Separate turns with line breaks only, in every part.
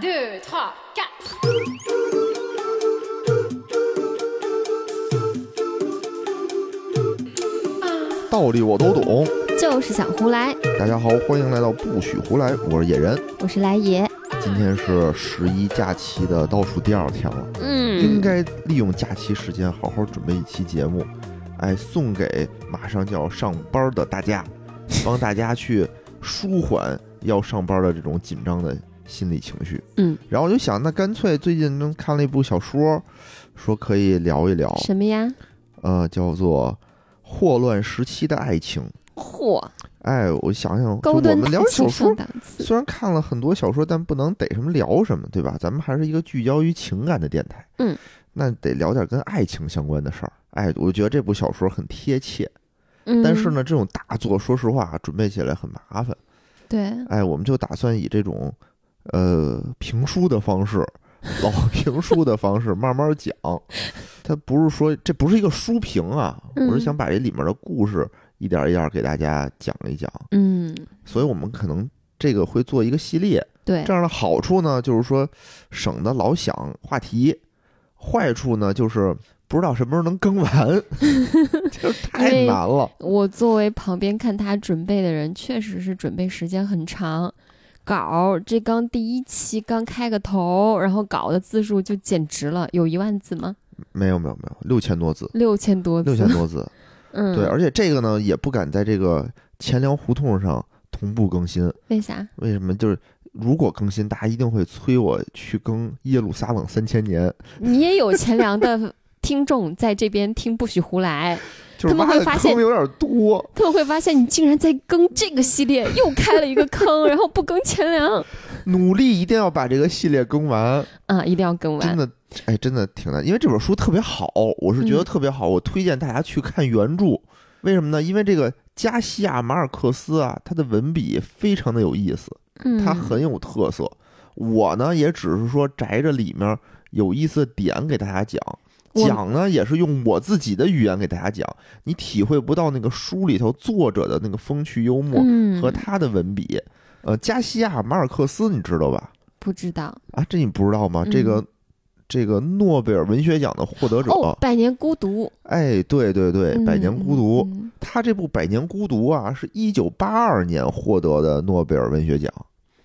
2, 3, 4.
“道理我都懂”。
就是想胡来，
大家好，欢迎来到不许胡来，我是野人。
我是来爷。
今天是十一假期的倒数第二天了，应
嗯，
该利用假期时间好好准备一期节目，哎，送给马上就要上班的大 家，帮大家去舒缓要上班的这种紧张的心理情绪。
嗯，
然后我就想，那干脆最近正看了一部小说，说可以聊一聊，
什么呀？
呃，叫做《霍乱时期的爱情》。
嚯，
哎，我想想，就
高
我
端
们
大
聊小
气
说
上，档次。
虽然看了很多小说，但不能逮什么聊什么，对吧？咱们还是一个聚焦于情感的电台。
嗯，
那得聊点跟爱情相关的事儿。哎，我觉得这部小说很贴切，
嗯，
但是，呢，这种大作，说实话，啊准备起来很麻烦。
对，
哎，我们就打算以这种，呃，评书的方式， 老评书的方式慢慢讲。它不是说这不是一个书评啊，我是
嗯
想把这里面的故事一点一点给大家讲一讲。
嗯，
所以我们可能这个会做一个系列。
对
这，样的好处呢，就是说省得老想话题；坏处呢，就是不知道什么时候能更 完，就是太难了。
我作为旁边看他准备的人，确实是准备时间很长。稿儿这刚第一期刚开个头，然后稿的字数就简直了，有一万字吗？
没有没有没有，六千多字，
六千多字。
六千多字。
嗯，
对，而且这个呢，也不敢在这个钱粮胡同上同步更新。
为啥？
为什么？就是如果更新，大家一定会催我去更《耶路撒冷三千年》，
你也有钱粮的听众在这边听，不许胡来。
就是
他们
挖
会
的
发现
坑有点多。
他们会发现你竟然在更这个系列，又开了一个坑，然后不更钱粮
努力一定要把这个系列更完。
啊，一定要更
真
完。
的，哎，真的挺难，因为这本书特别好，我是觉得
嗯
特别好，我推荐大家去看原著。为什么呢？因为这个加西亚马尔克斯啊，他的文笔非常的有意思，
嗯，
他很有特色。我呢，也只是说摘着里面有意思的点给大家讲。
我
讲呢，也是用我自己的语言给大家讲，你体会不到那个书里头作者的那个风趣幽默
嗯
和他的文笔。呃，加西亚马尔克斯，你知道吧？
不知道
啊，这你不知道吗？这个
嗯
这个诺贝尔文学奖的获得者，
哦，《百年孤独
哎，对对对，》
嗯
《百年孤独》
嗯嗯
他这部《百年孤独》啊，是一九八二年获得的诺贝尔文学奖，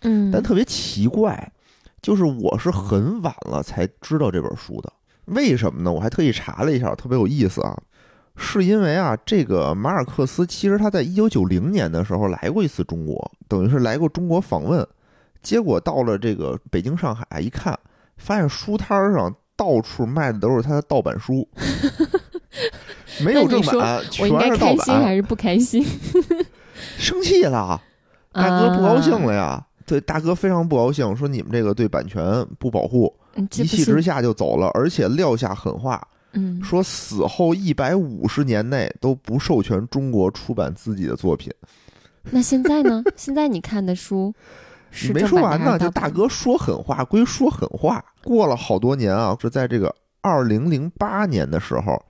嗯，
但特别奇怪，就是我是很晚了才知道这本书的。为什么呢？我还特意查了一下，特别有意思啊，是因为啊，这个马尔克斯其实他在一九九零年的时候来过一次中国，等于是来过中国访问，结果到了这个北京、上海一看，发现书摊儿上到处卖的都是他的盗版 书，没有
那
正
你
版，
我
全
应该
是盗
开心
版，
还是不开心？
生气了。 啊大哥不高兴
啊，
了呀。对，大哥非常不高兴，说你们这个对版权不保护，
嗯这
一
不
气
行
之下就走了，而且撂下狠话，
嗯，
说死后一百五十年内都不授权中国出版自己的作品。
那现在呢？ 现在你看的书
你
是
没
正
说
版
完
的还
呢，
是
就
盗
大
版的？
哥说狠话归说狠话，过了好多年啊，是在这个二零零八年的时候，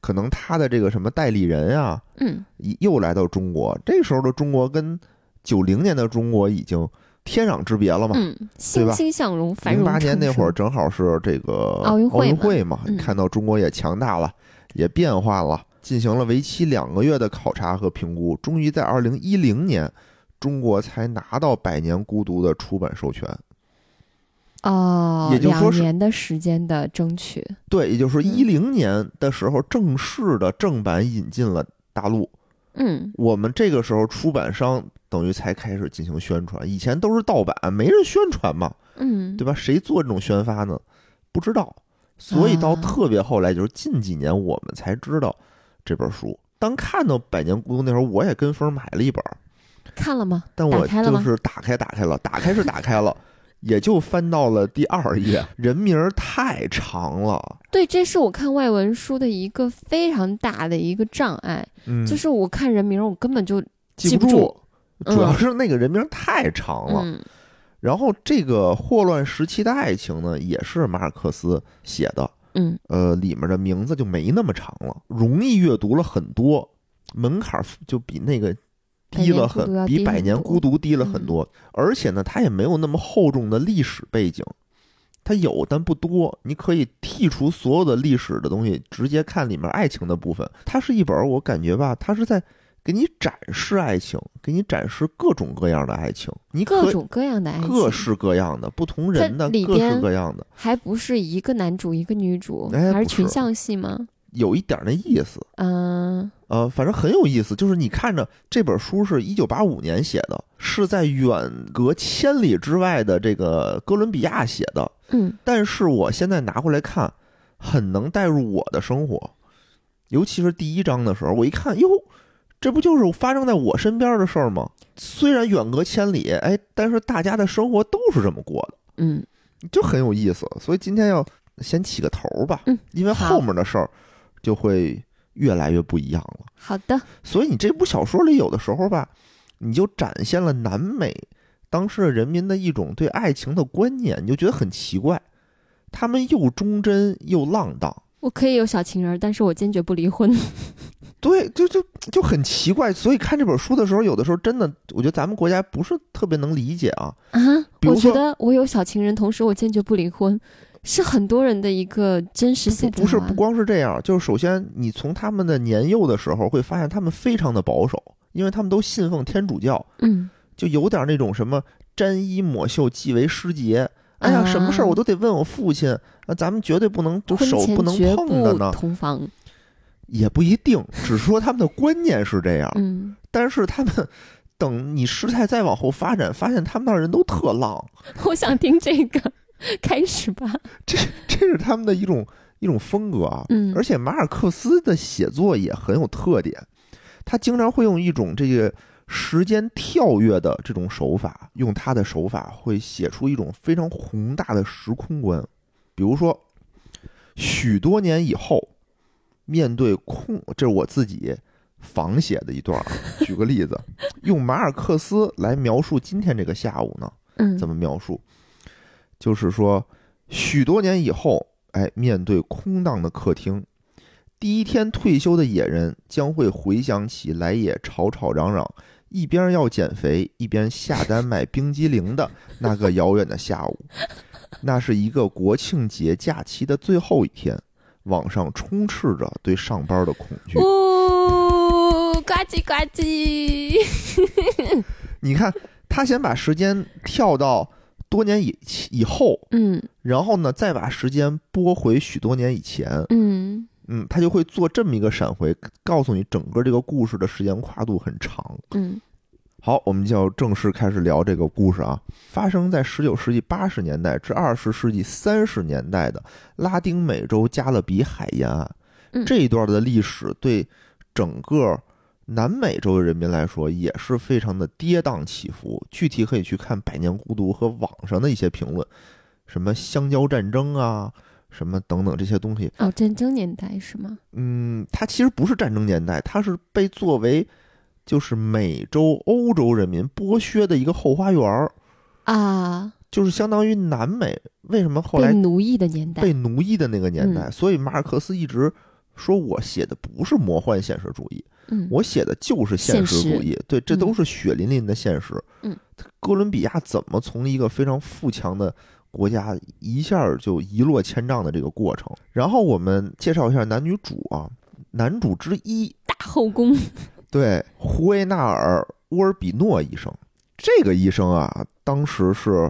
可能他的这个什么代理人啊，
嗯，
一又来到中国，这时候的中国跟九零年的中国已经天壤之别了嘛。
嗯，欣
吧
欣向荣，繁
零
荣
八年
昌
那会儿
盛，
正好是这个
奥运会嘛
嘛，
嗯
看到中国也强大了，也变化了，进行了为期两个月的考察和评估，终于在二零一零年，中国才拿到《百年孤独》的出版授权。
哦，
也就是说
两
是
年的时间的争取，
对，也就是说
嗯
一零年的时候，正式的正版引进了大陆。
嗯
我们这个时候出版商等于才开始进行宣传，以前都是盗版，没人宣传嘛。
嗯，
对吧？谁做这种宣发呢？不知道。所以到
啊
特别后来，就是近几年我们才知道这本书。当看到《百年孤独》那时候，我也跟风买了一本儿，
看了吗？
但我
打开了
就
吗
是打开打开了，打开是打开了，也就翻到了第二 页，人名儿太长了，
对，这是我看外文书的一个非常大的一个障碍，
嗯，
就是我看人名儿我根本就
记
不
住。
嗯
主要是那个人名儿太长了，
嗯
然后这个《霍乱时期的爱情》呢，也是马尔克斯写的，
嗯
呃，里面的名字就没那么长了，容易阅读了很多，门槛儿就比那个低了
百年孤独要
很，
低
比《百
很
年
多嗯
孤独》低了很多，而且呢，它也没有那么厚重的历史背景，它有但不多。你可以剔除所有的历史的东西，直接看里面爱情的部分。它是一本儿，我感觉吧，它是在给你展示爱情，给你展示各种各样的爱情，你可
各
以
种各样的爱情，
各式各样的，不同人的
它里
各式
边
各样的，
还不是一个男主一个女主，
哎
还是
不是
群像戏吗？
有一点儿那意思。
嗯、
呃，反正很有意思，就是你看着这本书是一九八五年写的，是在远隔千里之外的这个哥伦比亚写的，
嗯，
但是我现在拿回来看，很能带入我的生活，尤其是第一章的时候，我一看，哟，这不就是发生在我身边的事儿吗？虽然远隔千里，哎，但是大家的生活都是这么过的，
嗯，
就很有意思。所以今天要先起个头儿吧，
嗯
因为
好
后面的事儿就会越来越不一样了。
好的，
所以你这部小说里有的时候吧，你就展现了南美当时的人民的一种对爱情的观念，你就觉得很奇怪，他们又忠贞又浪荡，
我可以有小情人儿，但是我坚决不离婚。
对，就就就很奇怪。所以看这本书的时候，有的时候真的，我觉得咱们国家不是特别能理解 啊。
啊
比，
我
如说
觉得我有小情人，同时我坚决不离婚，是很多人的一个真实写
不
照、啊
不是不光是这样，就是首先你从他们的年幼的时候会发现他们非常的保守，因为他们都信奉天主教，
嗯，
就有点那种什么沾衣抹袖即为师节。哎呀，
啊
什么事儿我都得问我父亲，啊，咱们绝对不能就
婚
手
前
不能
绝
碰的
不
呢，啊
同房，
也不一定，只是说他们的观念是这样，
嗯，
但是他们 等你时代再往后发展，发现他们那儿人都特浪，
我想听这个，开始吧，
这是他们的一种一种风格啊。
嗯
而且马尔克斯的写作也很有特点，他经常会用一种这个时间跳跃的这种手法，用他的手法会写出一种非常宏大的时空观。比如说，许多年以后，面对空，这是我自己仿写的一段儿啊。举个例子，用马尔克斯来描述今天这个下午呢，
嗯
怎么描述？就是说，许多年以后，哎，面对空荡的客厅，第一天退休的野人将会回想起来也吵吵嚷嚷，一边要减肥，一边下单买冰激凌的那个遥远的下午。那是一个国庆节假期的最后一天，网上充斥着对上班的恐惧。
呜、呱唧呱唧，
你看，他先把时间跳到多年以以后，
嗯
然后呢，再把时间拨回许多年以前，
嗯
嗯，他就会做这么一个闪回，告诉你整个这个故事的时间跨度很长。
嗯
好，我们就要正式开始聊这个故事啊。发生在十九世纪八十年代至二十世纪三十年代的拉丁美洲加勒比海沿岸，
嗯
这一段的历史对整个南美洲的人民来说也是非常的跌宕起伏。具体可以去看《百年孤独》和网上的一些评论，什么香蕉战争啊，什么等等这些东西。
哦，战争年代是吗？
嗯，它其实不是战争年代，它是被作为就是美洲、欧洲人民剥削的一个后花园儿，
啊，
就是相当于南美为什么后
被
来
奴役的嗯年代，
被奴役的那个年代。所以马尔克斯一直说我写的不是魔幻现实主义，
嗯，
我写的就是现实主义。对，这都
嗯
是血淋淋的现实。
嗯，
哥伦比亚怎么从一个非常富强的国家一下儿就一落千丈的这个过程？然后我们介绍一下男女主啊，男主之一。
大后宫，
对，胡维纳尔·乌尔比诺医生，这个医生啊，当时是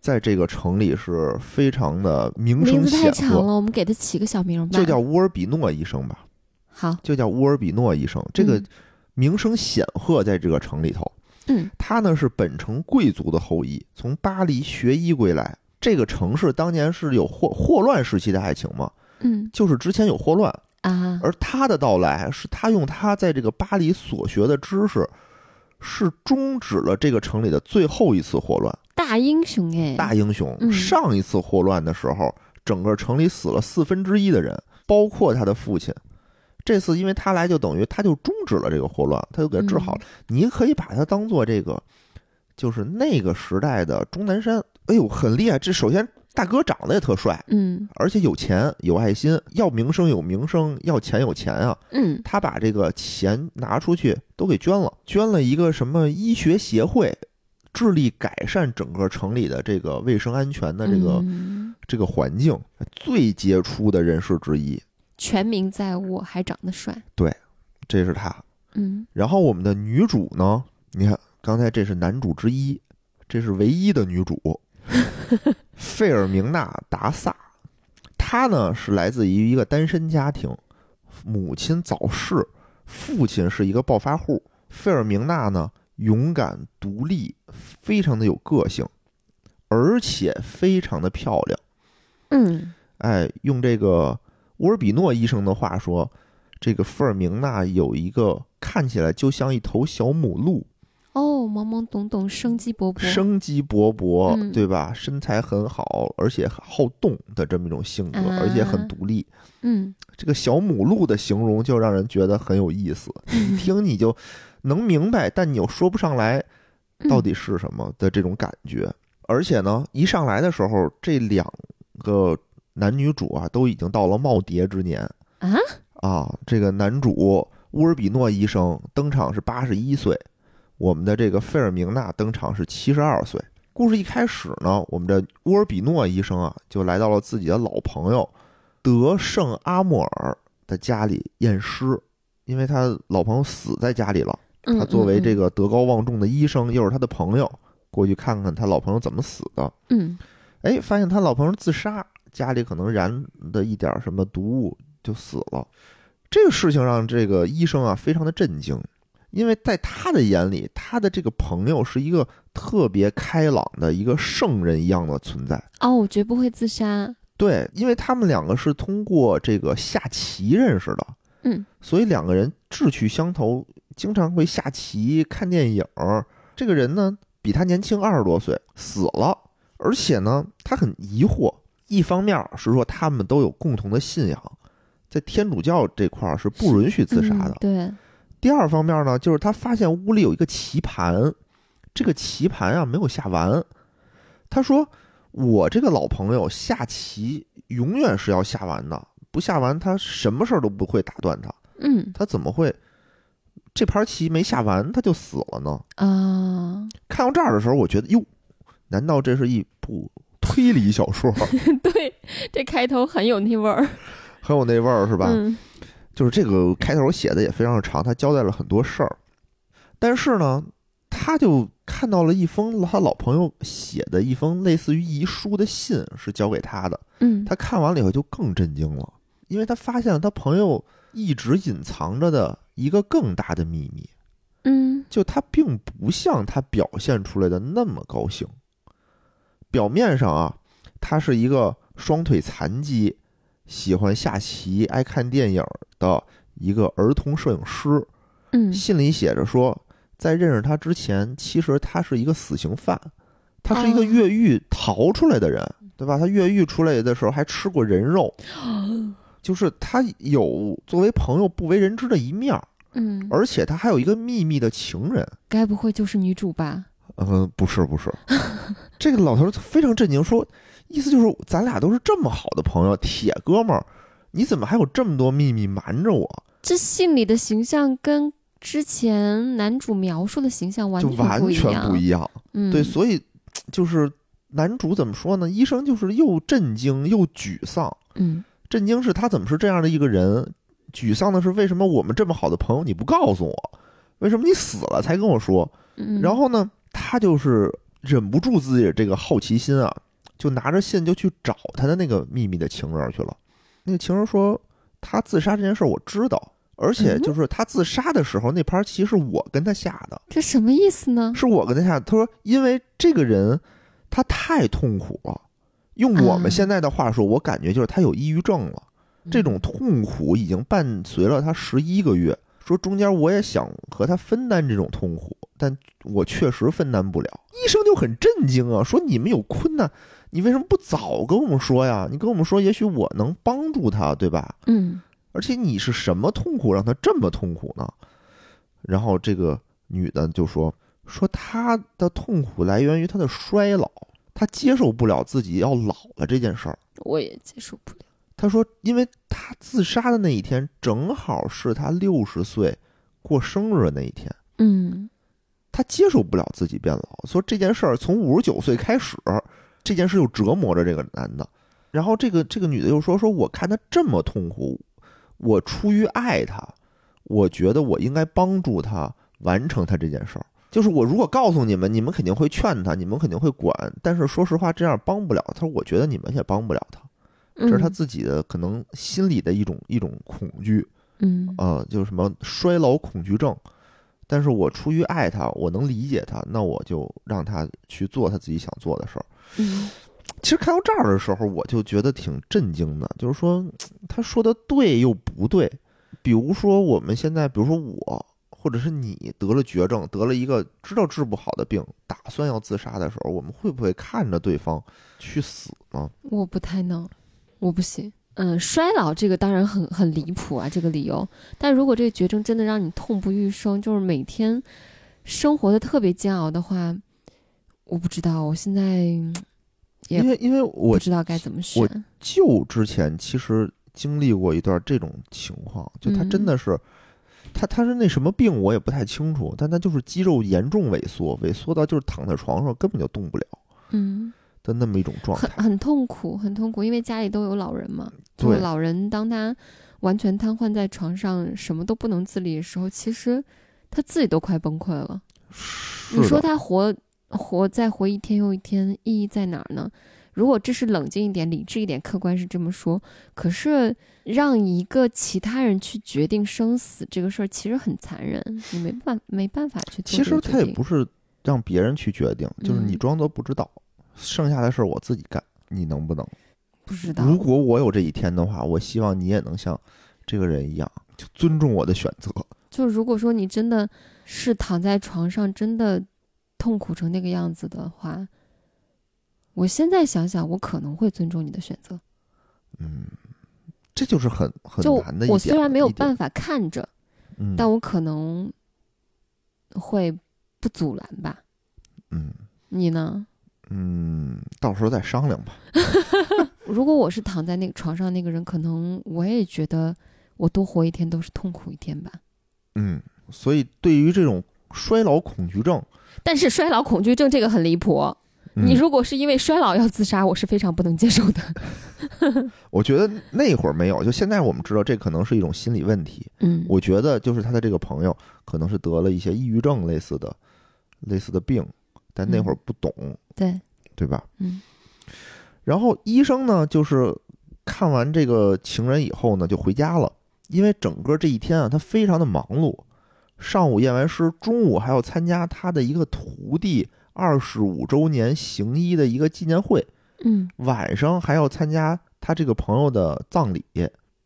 在这个城里是非常的名
名
声
字太
显
长
赫，
了，我们给他起个小名儿吧，
就叫乌尔比诺医生吧，
好，
就叫乌尔比诺医生。这个
嗯
名声显赫，在这个城里头，
嗯
他呢是本城贵族的后裔，从巴黎学医归来。这个城市当年是有霍霍乱时期的爱情嘛，
嗯
就是之前有霍乱，
啊，
而他的到来是他用他在这个巴黎所学的知识，是终止了这个城里的最后一次霍乱。
大英雄哎，
大英雄
嗯
上一次霍乱的时候，整个城里死了四分之一的人，包括他的父亲。这次因为他来，就等于他就终止了这个霍乱，他就给他治好了。
嗯
你可以把它当做这个，就是那个时代的钟南山。哎呦，很厉害！这首先大哥长得也特帅，
嗯
而且有钱有爱心，要名声有名声，要钱有钱啊。
嗯
他把这个钱拿出去都给捐了，捐了一个什么医学协会，致力改善整个城里的这个卫生安全的这个、
嗯
这个环境，最杰出的人士之一，
全民在握，还长得帅，
这是他。
嗯
然后我们的女主呢，你看刚才这是男主之一，这是唯一的女主，费尔明娜·达萨，她呢是来自于一个单身家庭，母亲早逝，父亲是一个暴发户。费尔明娜呢勇敢独立，非常的有个性，而且非常的漂亮。
嗯
哎，用这个乌尔比诺医生的话说，这个费尔明娜有一个看起来就像一头小母鹿，
哦，懵懵懂懂，生机勃勃，
生机勃勃，
嗯
对吧？身材很好，而且好动的这么一种性格，
啊
而且很独立。
嗯
这个小母鹿的形容就让人觉得很有意思，一听你就能明白，但你又说不上来
嗯
到底是什么的这种感觉。而且呢，一上来的时候，这两个男女主啊，都已经到了耄耋之年
啊
啊。这个男主乌尔比诺医生登场是八十一岁，我们的这个费尔明娜登场是七十二岁。故事一开始呢，我们的乌尔比诺医生啊，就来到了自己的老朋友德圣阿莫尔的家里验尸，因为他老朋友死在家里了。
嗯
他作为这
个
个德高望重的医生，又是他的朋友，过去看看他老朋友怎么死的。
嗯
哎，发现他老朋友自杀，家里可能燃的一点什么毒物就死了。这个事情让这个医生啊非常的震惊，因为在他的眼里，他的这个朋友是一个特别开朗的一个圣人一样的存在。
哦，我绝不会自杀，
对，因为他们两个是通过这个下棋认识的，
嗯，
所以两个人志趣相投，经常会下棋、看电影儿。这个人呢，比他年轻二十多岁，死了，而且呢，他很疑惑。一方面是说他们都有共同的信仰，在天主教这块儿是不允许自杀的
嗯。对，
第二方面呢，就是他发现屋里有一个棋盘，这个棋盘啊没有下完。他说：“我这个老朋友下棋永远是要下完的，不下完他什么事儿都不会打断他。
嗯
他怎么会这盘棋没下完他就死了呢？”
啊，
看到这儿的时候，我觉得哟，难道这是一部推理小说？
对，这开头很有那味儿，
很有那味儿是吧？
嗯
就是这个开头写的也非常的长，他交代了很多事儿，但是呢，他就看到了一封他老朋友写的一封类似于遗书的信，是交给他的。
嗯，
他看完了以后就更震惊了，因为他发现了他朋友一直隐藏着的一个更大的秘密，
嗯
就他并不像他表现出来的那么高兴。表面上啊，他是一个双腿残疾、喜欢下棋、爱看电影的一个儿童摄影师。
嗯，
信里写着说，在认识他之前，其实他是一个死刑犯，他是一个
哦
越狱逃出来的人，对吧？他越狱出来的时候还吃过人 肉，就是他有作为朋友不为人知的一面儿，
嗯，
而且他还有一个秘密的情人。
该不会就是女主吧？
嗯，不是不是， 这个老头儿非常震惊，说，意思就是咱俩都是这么好的朋友，铁哥们儿，你怎么还有这么多秘密瞒着我？
这信里的形象跟之前男主描述的形象完
就
全
完
不一
全
样，
不一样。
嗯，
对，所以就是男主怎么说呢？医生就是又震惊又沮丧。
嗯
震惊是他怎么是这样的一个人，沮丧的是为什么我们这么好的朋友你不告诉我，为什么你死了才跟我说？
嗯，
然后呢，他就是忍不住自己的这个好奇心啊，就拿着信就去找他的那个秘密的情人去了。那个情人说，他自杀这件事儿我知道，而且
嗯
就是他自杀的时候那盘棋是我跟他下的，
这什么意思呢？
是我跟他下的。他说，因为这个人他太痛苦了，用我
啊
们现在的话说，我感觉就是他有抑郁症了。
嗯
这种痛苦已经伴随了他十一个月。说中间我也想和他分担这种痛苦，但我确实分担不了。医生就很震惊啊，说你们有困难，你为什么不早跟我们说呀？你跟我们说，也许我能帮助他，对吧？
嗯
而且你是什么痛苦让他这么痛苦呢？然后这个女的就说说她的痛苦来源于她的衰老，他接受不了自己要老了这件事儿。
我也接受不了。
他说，因为他自杀的那一天正好是他六十岁过生日的那一天，
嗯，
他接受不了自己变老，所以这件事儿从五十九岁开始，这件事又折磨着这个男的。然后这个这个女的又说：“说我看他这么痛苦，我出于爱他，我觉得我应该帮助他完成他这件事儿。就是我如果告诉你们，你们肯定会劝他，你们肯定会管。但是说实话，这样帮不了他。我觉得你们也帮不了他，
这
这是他自己的可能心里的一种一种恐惧。
嗯嗯
呃，就是什么衰老恐惧症，但是我出于爱他，我能理解他，那我就让他去做他自己想做的事儿。
嗯
其实看到这儿的时候，我就觉得挺震惊的，就是说他说的对又不对。比如说我们现在，比如说我或者是你得了绝症，得了一个知道治不好的病，打算要自杀的时候，我们会不会看着对方去死呢？
我不太能，我不行。嗯，衰老这个当然很很离谱啊，这个理由。但如果这个绝症真的让你痛不欲生，就是每天生活的特别煎熬的话，我不知道，我现在嗯也
因为因为
不
我
知道该怎么选
我。舅之前其实经历过一段这种情况，就他
嗯
真的是，他他是那什么病我也不太清楚，但他就是肌肉严重萎缩，萎缩到就是躺在床上根本就动不了
嗯，
的那么一种状
很
态。
很痛苦，很痛苦，因为家里都有老人嘛。就
对
老人当他完全瘫痪在床上，什么都不能自理的时候，其实他自己都快崩溃了。
是
你说
的
他活活再活一天又一天，意义在哪儿呢？如果这是冷静一点、理智一点、客观是这么说，可是让一个其他人去决定生死这个事儿，其实很残忍，你没办没办法去做
其
这
实
个决定。
他也不是让别人去决定，就是你
嗯
装作不知道，剩下的事儿我自己干，你能不能？
不知道，
如果我有这一天的话，我希望你也能像这个人一样，就尊重我的选择。
就如果说你真的是躺在床上，真的痛苦成那个样子的话，我现在想想，我可能会尊重你的选择。
嗯，这就是很很
就
难的一点。
我虽然没有
一点
办法看着，
嗯
但我可能会不阻拦吧。
嗯
你呢？
嗯，到时候再商量吧。
如果我是躺在那个床上那个人，可能我也觉得我多活一天都是痛苦一天吧。
嗯，所以对于这种衰老恐惧症，
但是衰老恐惧症这个很离谱，
嗯
你如果是因为衰老要自杀，我是非常不能接受的。
我觉得那会儿没有，就现在我们知道这可能是一种心理问题。
嗯，
我觉得就是他的这个朋友可能是得了一些抑郁症类似的类似的病，但那会儿不懂，
对，
对吧？
嗯
然后医生呢，就是看完这个情人以后呢，就回家了，因为整个这一天啊，他非常的忙碌，上午验完尸，中午还要参加他的一个徒弟二十五周年行医的一个纪念会，
嗯
晚上还要参加他这个朋友的葬礼。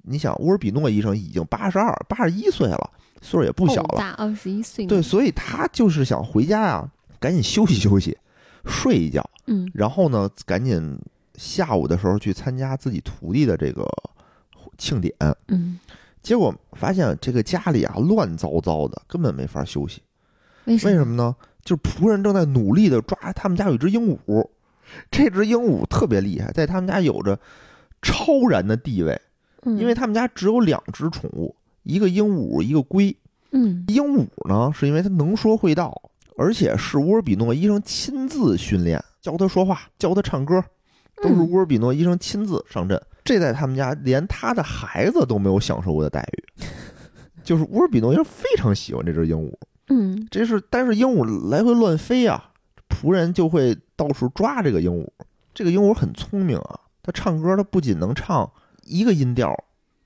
你想，乌尔比诺医生已经八十二、八十一岁了，岁数也不小
好
了，
哦大二十一岁呢，
对，所以他就是想回家呀、啊赶紧休息休息，睡一觉。
嗯
然后呢，赶紧下午的时候去参加自己徒弟的这个庆典。
嗯，
结果发现这个家里啊乱糟糟的，根本没法休息。
为什
为
么？
什么呢？就是仆人正在努力的抓他们家有一只鹦鹉，这只鹦鹉特别厉害，在他们家有着超然的地位，
嗯
因为他们家只有两只宠物，一个鹦鹉，一个龟。
嗯
鹦鹉呢，是因为它能说会道，而且是乌尔比诺医生亲自训练，教它说话，教它唱歌，都是乌尔比诺医生亲自上阵。这在他们家连他的孩子都没有享受过的待遇，就是乌尔比诺医生非常喜欢这只鹦鹉，
嗯
这是但是鹦鹉来回乱飞啊，仆人就会到处抓这个鹦鹉。这个鹦鹉很聪明啊，它唱歌它不仅能唱一个音调，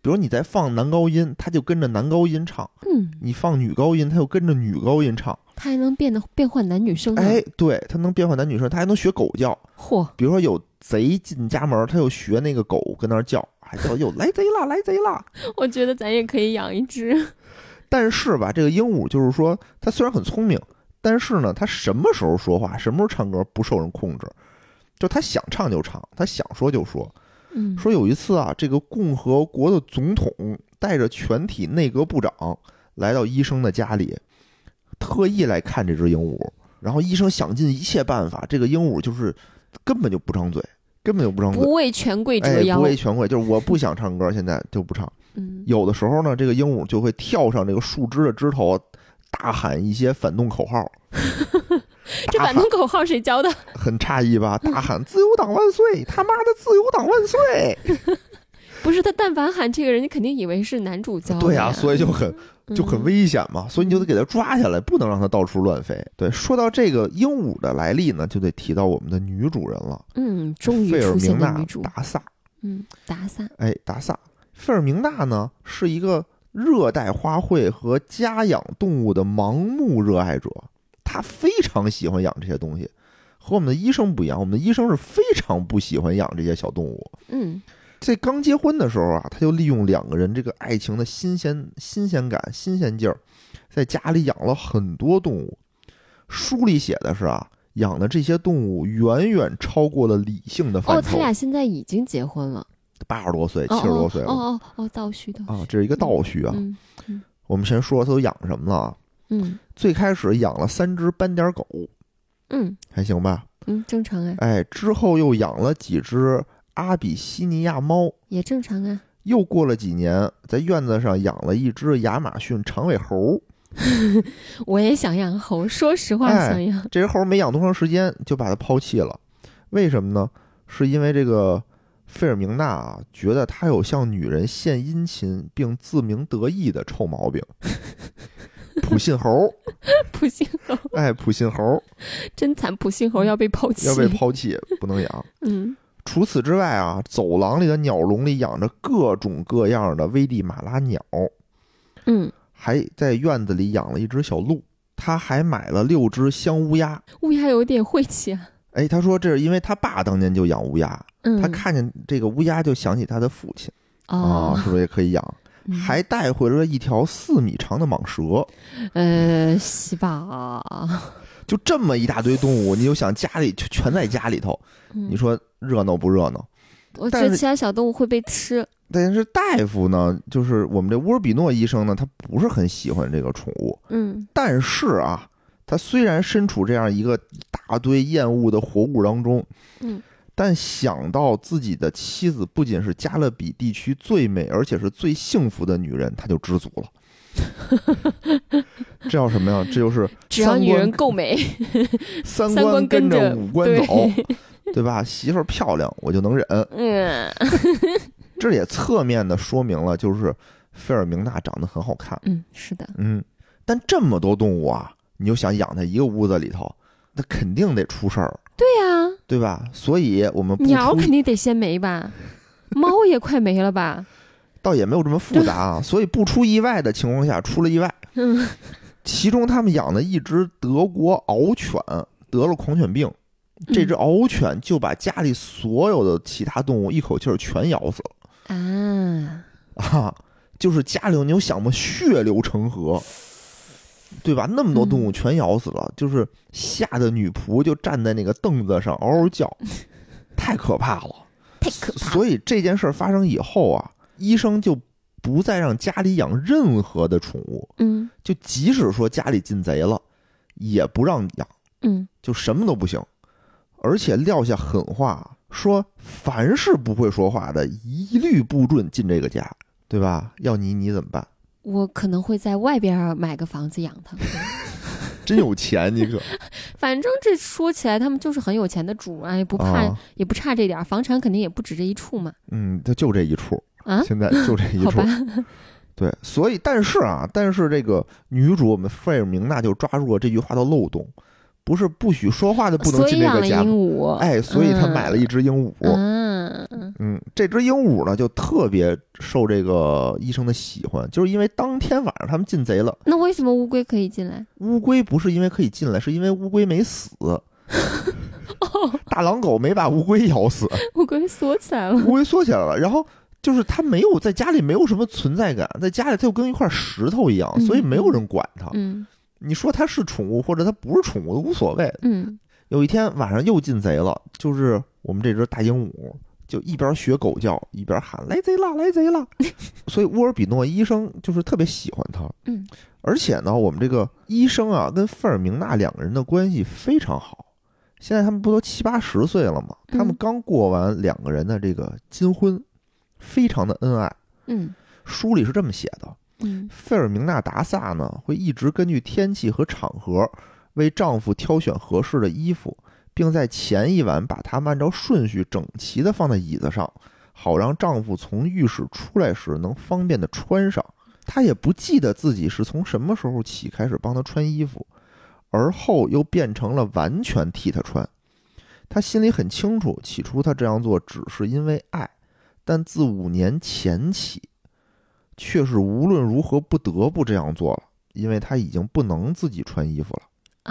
比如你在放男高音，它就跟着男高音唱。
嗯，
你放女高音，它又跟着女高音唱。
他还能变得变换男女生呢，
哎，对，它能变换男女生，它还能学狗叫。
嚯，
比如说有贼进家门，它又学那个狗跟那儿叫，还叫又来贼啦，来贼啦。
我觉得咱也可以养一只，
但是吧，这个鹦鹉就是说，它虽然很聪明，但是呢，它什么时候说话，什么时候唱歌不受人控制，就它想唱就唱，它想说就说。
嗯，
说有一次啊，这个共和国的总统带着全体内阁部长来到医生的家里，特意来看这只鹦鹉。然后医生想尽一切办法，这个鹦鹉就是根本就不张嘴，根本就不张嘴，
不为权贵折
哎，
腰
不。为权贵，就是我不想唱歌，现在就不唱。
嗯，
有的时候呢，这个鹦鹉就会跳上这个树枝的枝头，大喊一些反动口号。
这
大
反
喊
动口号谁教的？
很诧异吧？大喊“自由党万岁！他妈的，自由党万岁
不是他，但凡喊这个人，你肯定以为是男主教”！的。
对啊，所以就很
以
就很危险嘛，所以你就得给它抓下来，不能让它到处乱飞。对，说到这个鹦鹉的来历呢，就得提到我们的女主人了，
嗯，终于
费尔
出现
明
了
娜
女
·
主，
达萨。
嗯，达萨，
哎，达萨，费尔明娜呢是一个热带花卉和家养动物的盲目热爱者，她非常喜欢养这些东西，和我们的医生不一样，我们的医生是非常不喜欢养这些小动物。
嗯
这刚结婚的时候啊，他就利用两个人这个爱情的新鲜新鲜感、新鲜劲儿，在家里养了很多动物。书里写的是啊，养的这些动物远远超过了理性的
哦，
范
他
畴。
俩现在已经结婚了，
八十多岁、
哦
七十多岁了、
哦哦哦，倒叙倒
啊，
叙，
这是一个倒叙啊。
嗯
我们先说他都养什么了啊？
嗯
最开始养了三只斑点狗，
嗯
还行吧？
嗯，正常啊，
哎，之后又养了几只阿比西尼亚猫，
也正常啊，
又过了几年，在院子上养了一只亚马逊长尾猴。
我也想养猴， 说实话
哎
想养，
这只猴没养多长时间就把它抛弃了，为什么呢？是因为这个费尔明娜啊，觉得他有向女人献殷勤并自鸣得意的臭毛病，普信猴，
普信猴
哎，普信猴
真惨，普信猴要被抛弃，
嗯要被抛弃，不能养。
嗯
除此之外啊，走廊里的鸟笼里养着各种各样的危地马拉鸟，
嗯，
还在院子里养了一只小鹿。他还买了六只香乌鸦。
乌鸦有点晦气啊，
哎，他说这是因为他爸当年就养乌鸦，
嗯，
他看见这个乌鸦就想起他的父亲啊，
哦，
是不是也可以养？
嗯
还带回了一条四米长的蟒蛇，
呃西吧，
就这么一大堆动物，你就想家里全全在家里头，
嗯
你说热闹不热闹？
我觉
但
得
是
其他小动物会被吃，
但是大夫呢，就是我们这乌尔比诺医生呢，他不是很喜欢这个宠物，
嗯
但是啊，他虽然身处这样一个大堆厌恶的活物当中，
嗯，
但想到自己的妻子不仅是加勒比地区最美，而且是最幸福的女人，他就知足了。 这叫什么呀？这就是
只要
三
女
观
人够美，
三
三观
观
跟
跟
着
五官
对
走， 对吧？媳妇儿漂亮，我就能忍。
嗯
这也侧面的说明了，就是费尔明娜长得很好看。
嗯，是的，
嗯，但这么多动物啊，你就想养在一个屋子里头，那肯定得出事儿，
对呀、
对吧？所以我们不
鸟
出
肯定得先没 吧，猫也快没了吧，
倒也没有这么复杂啊，所以不出意外的情况下出了意外。
嗯
其中他们养的一只德国獒犬得了狂犬病，这
嗯
只獒犬就把家里所有的其他动物一口气儿全咬死了
啊，
啊！ 就是家里头你有想吗？血流成河。对吧？那么多
嗯
动物全咬死了，就是吓得女仆就站在那个凳子上嗷嗷叫，太可怕了。
太可怕了，
所以这件事儿发生以后啊，医生就不再让家里养任何的宠物，
嗯
就即使说家里进贼了，也不让养，
嗯，
就什么都不行。而且撂下狠话，说凡是不会说话的，一律不准进这个家，对吧？要你你怎么办？
我可能会在外边儿买个房子养它。
真有钱，你 可
反正这说起来，他们就是很有钱的主，哎，不怕、
啊
也不差这点儿，房产肯定也不止这一处嘛。
嗯，他就这一处，
啊，
现在就这一
好
处
吧。，
对，所以但是啊，但是这个女主我们费尔明娜就抓住了这句话的漏洞，不是不许说话的不能
所以
进这
养
个
了
家
鹦
吗，
鹉，
哎，所以她买了一只鹦鹉。
嗯，嗯
嗯，这只鹦鹉呢就特别受这个医生的喜欢，就是因为当天晚上他们进贼了，
那为什么乌龟可以进来？
乌龟不是因为可以进来，是因为乌龟没死。大狼狗没把乌龟咬死，
乌龟锁起来了。
乌龟缩起来了，然后就是它没有在家里没有什么存在感，在家里它就跟一块石头一样，所以没有人管它。
嗯
你说它是宠物或者它不是宠物都无所谓。
嗯
有一天晚上又进贼了，就是我们这只大鹦鹉就一边学狗叫一边喊来贼啦来贼啦， 所以乌尔比诺医生就是特别喜欢它。
嗯，
而且呢，我们这个医生啊跟费尔明娜两个人的关系非常好，现在他们不都七八十岁了吗？他们
嗯
刚过完两个人的这个金婚，非常的恩爱。
嗯
书里是这么写的：
嗯
费尔明娜·达萨呢，会一直根据天气和场合为丈夫挑选合适的衣服，并在前一晚把它们按照顺序整齐地放在椅子上，好让丈夫从浴室出来时能方便地穿上。她也不记得自己是从什么时候起开始帮他穿衣服，而后又变成了完全替他穿。她心里很清楚，起初她这样做只是因为爱，但自五年前起，却是无论如何不得不这样做了，因为她已经不能自己穿衣服了。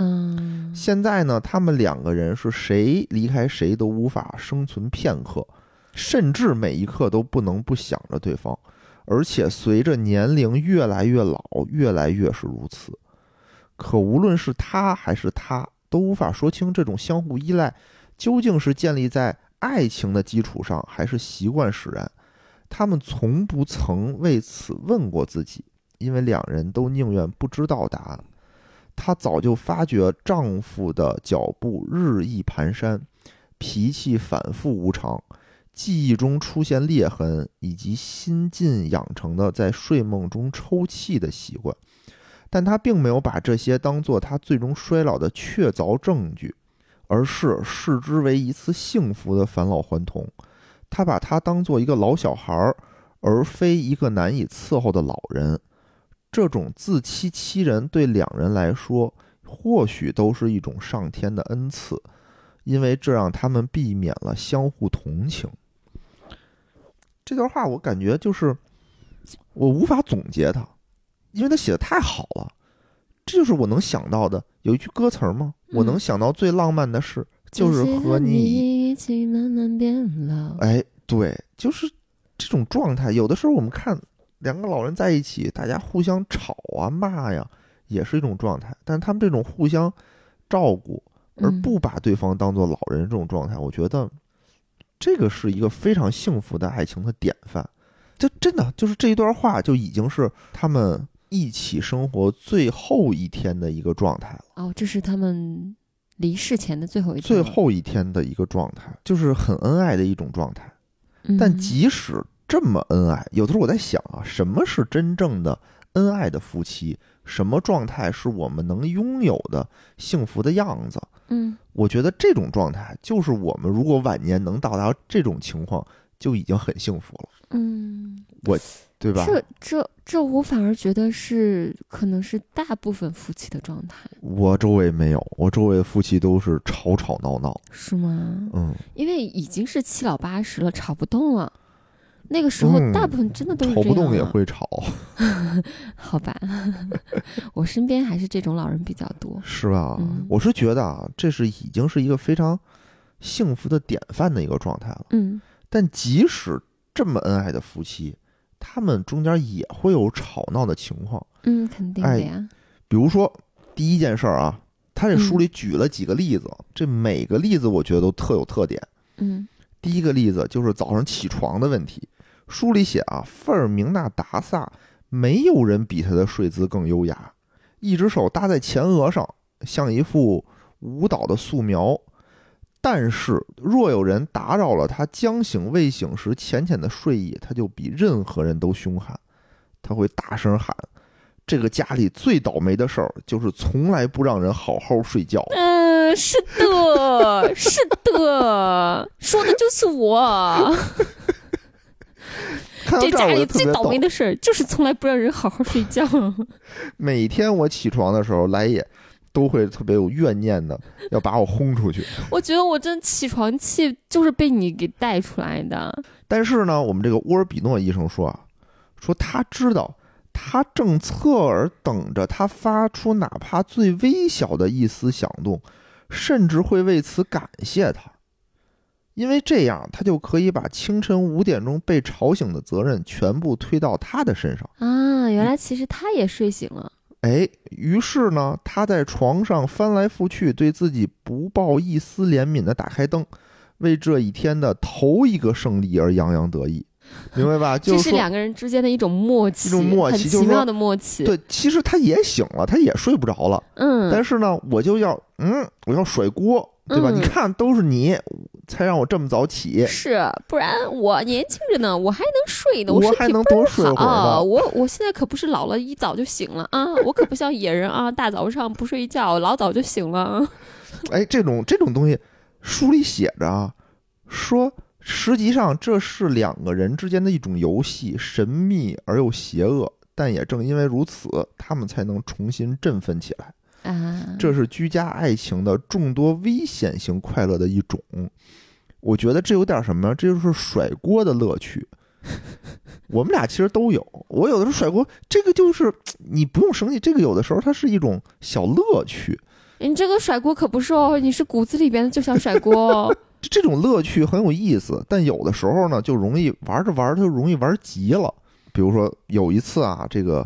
啊
现在呢，他们两个人是谁离开谁都无法生存片刻，甚至每一刻都不能不想着对方，而且随着年龄越来越老，越来越是如此。可无论是他还是他，都无法说清这种相互依赖究竟是建立在爱情的基础上，还是习惯使然。他们从不曾为此问过自己，因为两人都宁愿不知道答案。她早就发觉丈夫的脚步日益蹒跚，脾气反复无常，记忆中出现裂痕，以及新近养成的在睡梦中抽泣的习惯。但她并没有把这些当做她最终衰老的确凿证据，而是视之为一次幸福的返老还童。她把它当做一个老小孩儿，而非一个难以伺候的老人。这种自欺欺人对两人来说，或许都是一种上天的恩赐，因为这让他们避免了相互同情。这段话我感觉就是我无法总结它，因为它写的太好了。这就是我能想到的，有一句歌词儿吗？
嗯
我能想到最浪漫的事就是和你一
一起慢慢变老。
哎，对，就是这种状态。有的时候我们看两个老人在一起，大家互相吵啊、骂呀，也是一种状态。但是他们这种互相照顾，而
嗯
不把对方当做老人这种状态，我觉得这个是一个非常幸福的爱情的典范。这真的就是这一段话就已经是他们一起生活最后一天的一个状态了。
哦，这是他们离世前的最后一天
最
了，
后一天的一个状态，就是很恩爱的一种状态。
嗯，
但即使这么恩爱，有的时候我在想啊，什么是真正的恩爱的夫妻？什么状态是我们能拥有的幸福的样子？
嗯
我觉得这种状态，就是我们如果晚年能到达这种情况，就已经很幸福了，
嗯，
对吧？
这这这，我反而觉得是可能是大部分夫妻的状态，
我周围没有，我周围的夫妻都是吵吵闹闹，
是吗？
嗯，
因为已经是七老八十了，吵不动了。那个时候，
嗯
大部分真的都是
吵不
这样
动也
啊
会吵，
好吧？ 我身边还是这种老人比较多。
是吧？
嗯
我是觉得啊，这是已经是一个非常幸福的典范的一个状态了。
嗯
但即使这么恩爱的夫妻，他们中间也会有吵闹的情况。
嗯，肯定的
哎
呀。
比如说，第一件事儿啊，他这书里举了几个例子，这每个例子我觉得都特有特点。
嗯
第一个例子就是早上起床的问题。书里写啊，费尔明娜·达萨没有人比她的睡姿更优雅，一只手搭在前额上，像一幅舞蹈的素描。但是，若有人打扰了她将醒未醒时浅浅的睡意，她就比任何人都凶悍。她会大声喊：“这个家里最倒霉的事儿就是从来不让人好好睡觉。”
嗯，是 的，是的，说的就是我。
看到
这
这
家
儿我
里
就特
最
别
倒
逗
霉。的事儿就是从来不让人好好睡 觉。
每天我起床的时候，来也都会特别有怨念的，要把我轰出去。
我觉得我真起床气就是被你给带出来的。
但是呢，我们这个沃尔比诺医生说啊，说他知道他正侧耳等着他发出哪怕最微小的一丝响动，甚至会为此感谢他，因为这样他就可以把清晨五点钟被吵醒的责任全部推到他的身上。
啊，原来其实他也睡醒了。
哎，于是呢，他在床上翻来覆去，对自己不抱一丝怜悯的打开灯，为这一天的头一个胜利而洋洋得意，明白吧？就
这
是
是
说，
两个人之间的一种默契，
一种默契就
很
是
奇
说
妙的默契。
对，其实他也醒了，他也睡不着了，
嗯，
但是呢，我就要，嗯，我要甩锅，对吧？
嗯
你看，都是你才让我这么早起，
是，不然我年轻着呢，我还能睡呢，
我
身
还
体
能多睡会儿
好，哦
呢。
我我现在可不是老了一早就醒了啊， 我可不像野人啊，大早上不睡觉，老早就醒了啊。
哎，这种这种东西，书里写着啊，说实际上这是两个人之间的一种游戏，神秘而又邪恶。但也正因为如此，他们才能重新振奋起来。
啊，
这是居家爱情的众多危险型快乐的一种。我觉得这有点什么，这就是甩锅的乐趣。我们俩其实都有，我有的时候甩锅，这个就是你不用生气，这个有的时候它是一种小乐趣。
哎你这个甩锅可不是哦，你是骨子里边的就想甩锅哦。
这这种乐趣很有意思，但有的时候呢，就容易玩着玩着就容易玩急了。比如说有一次啊，这个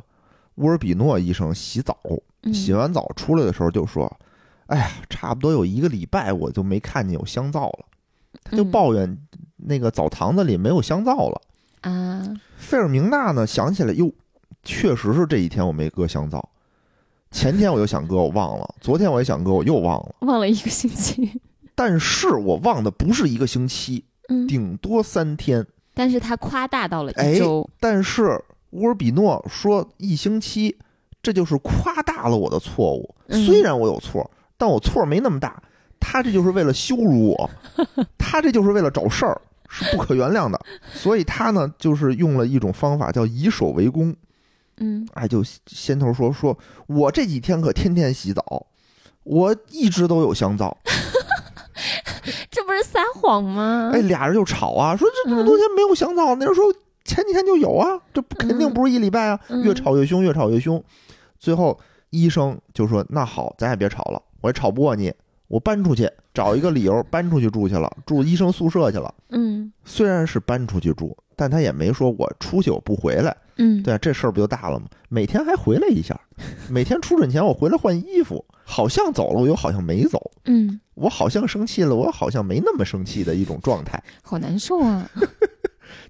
沃尔比诺医生洗澡，
嗯
洗完澡出来的时候就说：“哎呀，差不多有一个礼拜我就没看见有香皂了。”他就
嗯
抱怨那个澡堂子里没有香皂了。
啊，
费尔明娜呢想起来，哟，确实是这一天我没搁香皂，前天我就想搁，我忘了；昨天我也想搁，我又忘了。
忘了一个星期。
但是我忘的不是一个星期，
嗯，
顶多三天。
但是他夸大到了
哎
一周。
但是乌尔比诺说一星期，这就是夸大了我的错误。
嗯
虽然我有错，但我错没那么大。他这就是为了羞辱我，他这就是为了找事儿，是不可原谅的。所以他呢，就是用了一种方法叫以守为攻。
嗯
哎，就先头说说，我这几天可天天洗澡，我一直都有香皂。
这不是撒谎吗？
哎，俩人就吵啊，说这这
嗯
么多天没有香皂，那人说前几天就有啊，这不肯定不是一礼拜啊，
嗯
越吵越凶，越吵越凶。最后医生就说：“那好，咱也别吵了，我也吵不过你，我搬出去，找一个理由搬出去住去了，住医生宿舍去了。
嗯
虽然是搬出去住，但他也没说我出去我不回来，
嗯，
对啊、这事儿不就大了吗？每天还回来一下，每天出诊前我回来换衣服，好像走了，我又好像没走。”
嗯，
我好像生气了，我好像没那么生气的一种状态。
好难受啊。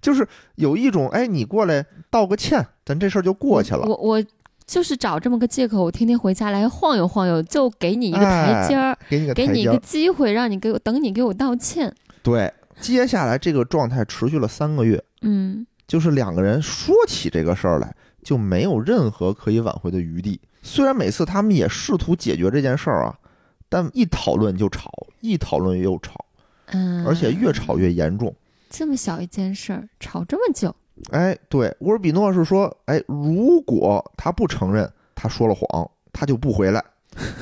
就是有一种，哎，你过来道个歉，咱这事儿就过去了。
嗯我我就是找这么个借口，我天天回家来晃悠晃悠，就给你一个台阶儿，
哎给你个
给
台
你一
阶
个
儿。
机会，让你给我等你给我道歉。
对，接下来这个状态持续了三个月，
嗯
就是两个人说起这个事儿来就没有任何可以挽回的余地。虽然每次他们也试图解决这件事儿啊，但一讨论就吵，一讨论又吵，
嗯，
而且越吵越严重。
这么小一件事儿吵这么久，
哎，对，乌尔比诺是说，哎，如果他不承认他说了谎，他就不 回来。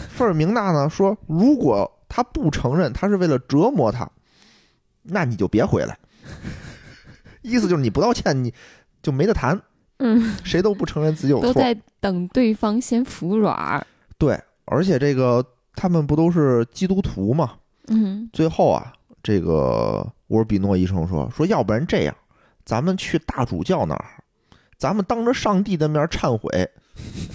费尔明娜呢说，如果他不承认他是为了折磨他，那你就别回 来。意思就是你不道歉，你就没得谈。
嗯，
谁都不承认自己有
都
错，
在等对方先服软儿。
对。而且这个他们不都是基督徒嘛？
嗯
最后啊，这个乌尔比诺医生说说，要不然这样，咱们去大主教那儿，咱们当着上帝的面忏悔，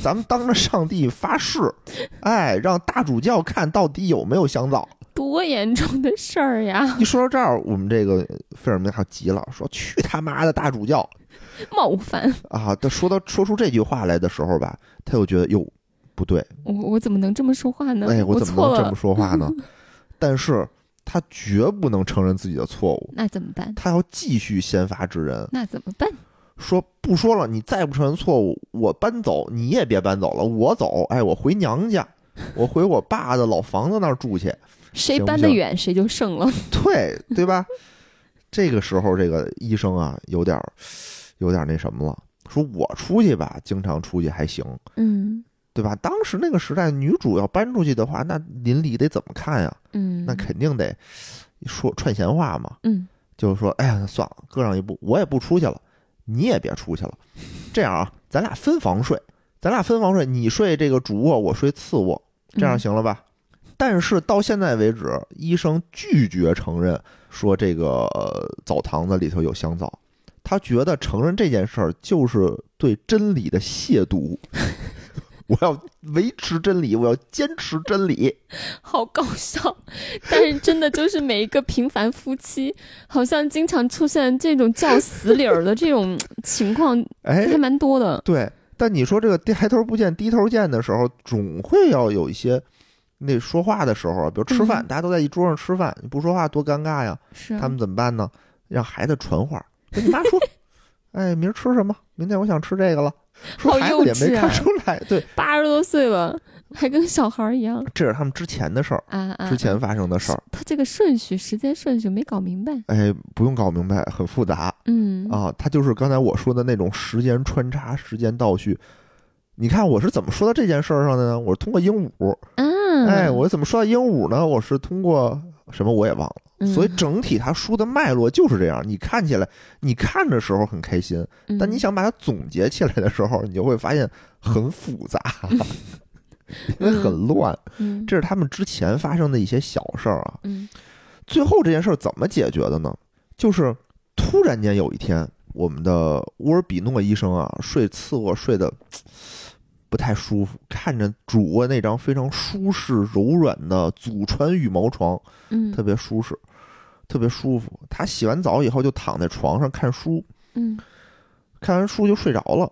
咱们当着上帝发誓， 哎，让大主教看到底有没有香皂。
多严重的事儿呀！
一说到这儿，我们这个费尔明娜急了，说去他妈的大主教
冒犯
啊！他说到说出这句话来的时候吧，他又觉得哟不对，
我，我怎么能这么说话呢？
哎，
我
怎么
错
能这
了
么，说话 呢？但是他绝不能承认自己的错误。
那怎么办？
他要继续先发制人，
那怎么办？
说不说了，你再不承认错误，我搬走，你也别搬走了，我走，哎，我回娘家，我回我爸的老房子那儿住去，
谁
行不
搬得
行
远谁就胜了。
对对吧？这个时候，这个医生啊，有点儿有点儿那什么了，说我出去吧，经常出去还行，
嗯
对吧？当时那个时代，女主要搬出去的话，那邻里得怎么看呀？
嗯，
那肯定得说串闲话嘛，
嗯
就是说，哎呀，那算了，各让一步，我也不出去了，你也别出去了。这样啊，咱俩分房睡，咱俩分房睡，你睡这个主卧，我睡次卧，这样
嗯
行了吧？但是到现在为止，医生拒绝承认说这个、呃澡堂子里头有香皂，他觉得承认这件事儿就是对真理的亵渎。 我要维持真理，我要坚持真理。
好搞笑，但是真的就是每一个平凡夫妻，好像经常出现这种叫死理儿的这种情况，
哎，
还蛮多的。
对，但你说这个抬头不见低头见的时候，总会要有一些那说话的时候啊，比如吃饭，
嗯
大家都在一桌上吃饭，你不说话多尴尬呀！
是啊
他们怎么办呢？让孩子传话，跟你妈 说，哎，明儿吃什么？明天我想吃这个了。说
好
孩
幼
子也没
稚啊
看出来， 对，
八十多岁了，还跟小孩儿一样
这是他们之前的事儿，
啊啊！
之前发生的事儿。
他这个顺序、时间顺序没搞明白，
哎，不用搞明白，很复杂
嗯，
啊。他就是刚才我说的那种时间穿插、时间倒叙。你看我是怎么说到这件事儿上的呢？我是通过鹦鹉，
啊，
哎，我怎么说到鹦鹉呢？我是通过什么我也忘了。
嗯，
所以整体他书的脉络就是这样。你看起来，你看的时候很开心，
嗯，
但你想把它总结起来的时候，你就会发现很复 杂，因为很乱。
嗯，
这是他们之前发生的一些小事儿啊。
嗯
最后这件事儿怎么解决的呢？就是突然间有一天，我们的乌尔比诺医生啊，睡次卧睡得不太舒服，看着主卧那张非常舒适柔软的祖传羽毛床，
嗯，
特别舒适，特别舒服。他洗完澡以后就躺在床上看书，
嗯
看完书就睡着了。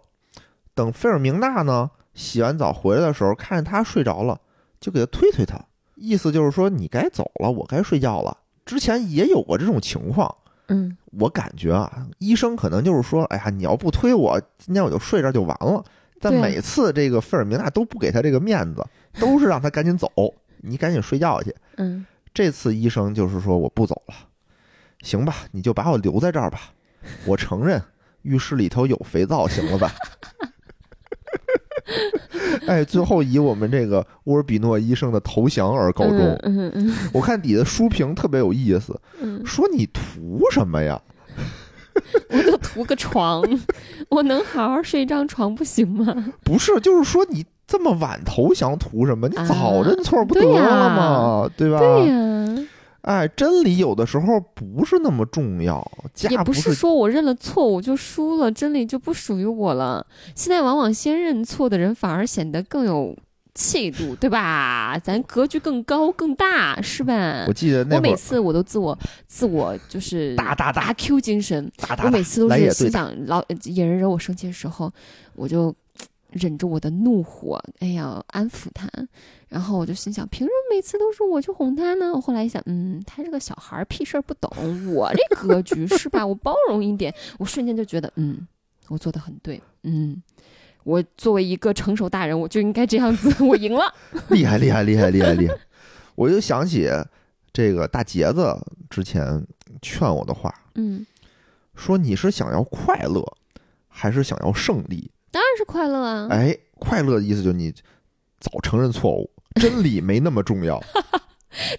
等费尔明娜呢洗完澡回来的时候，看见他睡着了，就给他推推他，意思就是说你该走了，我该睡觉了。之前也有过这种情况，
嗯
我感觉啊，医生可能就是说，哎呀，你要不推我，今天我就睡这儿就完了。但
对啊
每次这个费尔明娜都不给他这个面子，都是让他赶紧走，你赶紧睡觉去。
嗯
这次医生就是说我不走了，行吧，你就把我留在这儿吧，我承认浴室里头有肥皂，行了 吧？哎，最后以我们这个乌尔比诺医生的投降而告终。
嗯嗯嗯
我看底下书评特别有意思，
嗯，
说你图什么呀？
我就图个床， 我能好好睡一张床不行吗？
不是，就是说你这么晚投降图什么？你
啊
早认错不得
对呀
了吗？对吧？
对呀，
哎，真理有的时候不是那么重要，
也
家
不
是
是说我认了错我就输了，真理就不属于我了。现在往往先认错的人反而显得更有气度，对吧？咱格局更高更大，是吧
我？记得那
我
会
每
儿
次我都自我自我就是
打打打
打 Q 精神，
啊打打
我每次都
来也
是
对
心想老野人惹我生气的时候，我就忍着我的怒火，哎呀安抚他，然后我就心想，凭什么每次都是我去哄他呢？我后来一想，嗯，他是个小孩儿，屁事儿不懂，我这格局是吧？我包容一点，我瞬间就觉得，嗯，我做的很对，嗯。我作为一个成熟大人，我就应该这样子，我赢了。
厉害厉害厉害厉害厉害！我就想起这个大杰子之前劝我的话，
嗯，
说你是想要快乐，还是想要胜利？
当然是快乐啊。
哎，快乐的意思就是你早承认错误，真理没那么重要，哎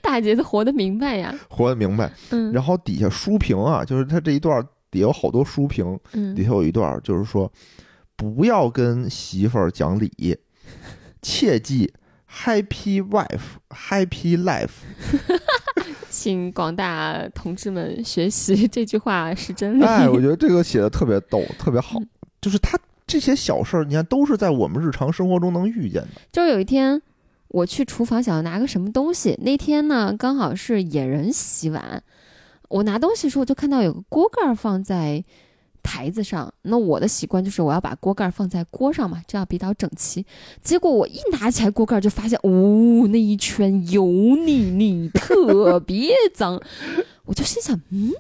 大姐子活得明白呀。
活得明白。
嗯
然后底下书评啊，就是他这一段底下有好多书评，里
嗯
头有一段就是说，不要跟媳妇儿讲理，切记 happy wife happy life。
请广大同志们学习 这句话是真 理。
哎，我觉得这个写的特别逗， 特别好
嗯，
就是他这些小事儿，你看都是在我们日常生活中能遇见的。
就是有一天我去厨房想要拿个什么东西，那天呢刚好是野人洗碗，我拿东西的时候就看到有个锅盖儿放在台子上，那我的习惯就是我要把锅盖儿放在锅上嘛，这样比较整齐。结果我一拿起来锅盖儿就发现，哦，那一圈油腻腻，特别脏，我就心想，嗯，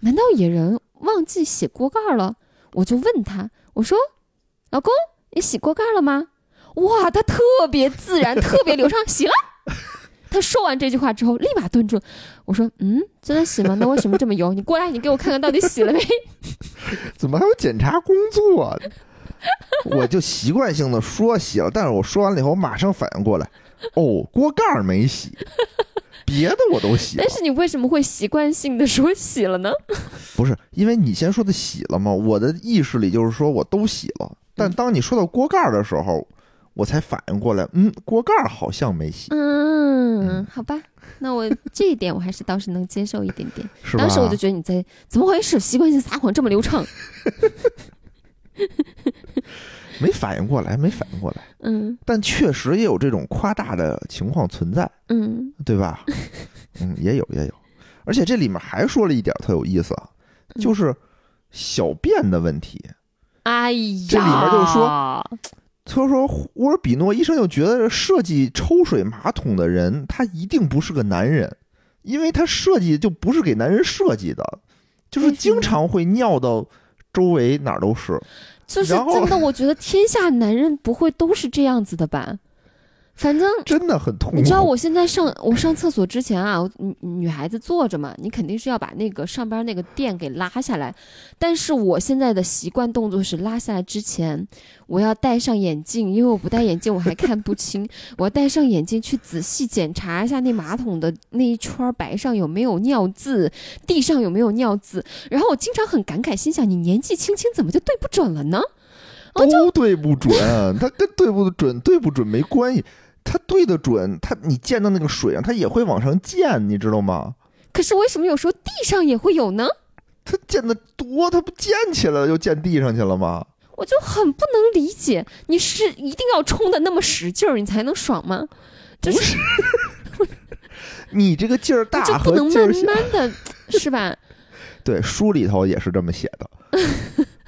难道野人忘记洗锅盖儿了？我就问他，我说，老公，你洗锅盖儿了吗？哇，他特别自 然，特别流畅，洗了。他说完这句话之后，立马顿住。我说：“嗯，真的洗吗？那为什么这么油？你过来，你给我看看到底洗了没
怎么还有检查工作、啊？ 我就习惯性的说洗了，但是我说完了以后，我马上反应过来，哦，锅盖儿没 洗，别的我都？”洗了
但。是你为什么会习惯性的说洗了呢？
不是因为你先说的洗了嘛，我的意识里就是说我都洗了，但
嗯
当你说到锅盖儿的时候，我才反应过来，嗯，锅盖儿好像没洗，
嗯，好吧，那我这一点我还是倒是能接受一点点。
是吧？
当时我就觉得你在怎么回事？习惯性撒谎这么流畅？
没反应过来，没反应过来。
嗯
但确实也有这种夸大的情况存在，
嗯
对吧？嗯，也有也有，而且这里面还说了一点儿特有意思啊，就
嗯
是小便的问题。
哎呀，
这里面就
说
他说，沃尔比诺医生就觉得设计抽水马桶的人，他一定不是个男人，因为他设计就不是给男人设计的，就是
为什么
经常会尿到周围哪儿都是。
就是
然后
真的，我觉得天下男人不会都是这样子的吧？反正
真的很痛苦。
你知道我现在上我上厕所之前啊，我女女孩子坐着嘛，你肯定是要把那个上边那个垫给拉下来。但是我现在的习惯动作是拉下来之前，我要戴上眼镜，因为我不戴眼镜我还看不清。我要戴上眼镜去仔细检查一下那马桶的那一圈儿白上有没有尿渍，地上有没有尿渍。然后我经常很感慨，心想你年纪轻轻怎么就对不准了呢？我
都对不 准，他跟对不准对不准没关系，他对得准，他你溅到那个水上，他也会往上溅，你知道吗？
可是为什么有时候地上也会有呢？
他溅的多，他不溅起来了就溅地上去了吗？
我就很不能理解，你是一定要冲的那么使劲儿，你才能爽吗？就是
是你这个劲儿
你就
大
不
和
能
劲
慢
儿小，
慢的，是吧？
对，书里头也是这么写 的，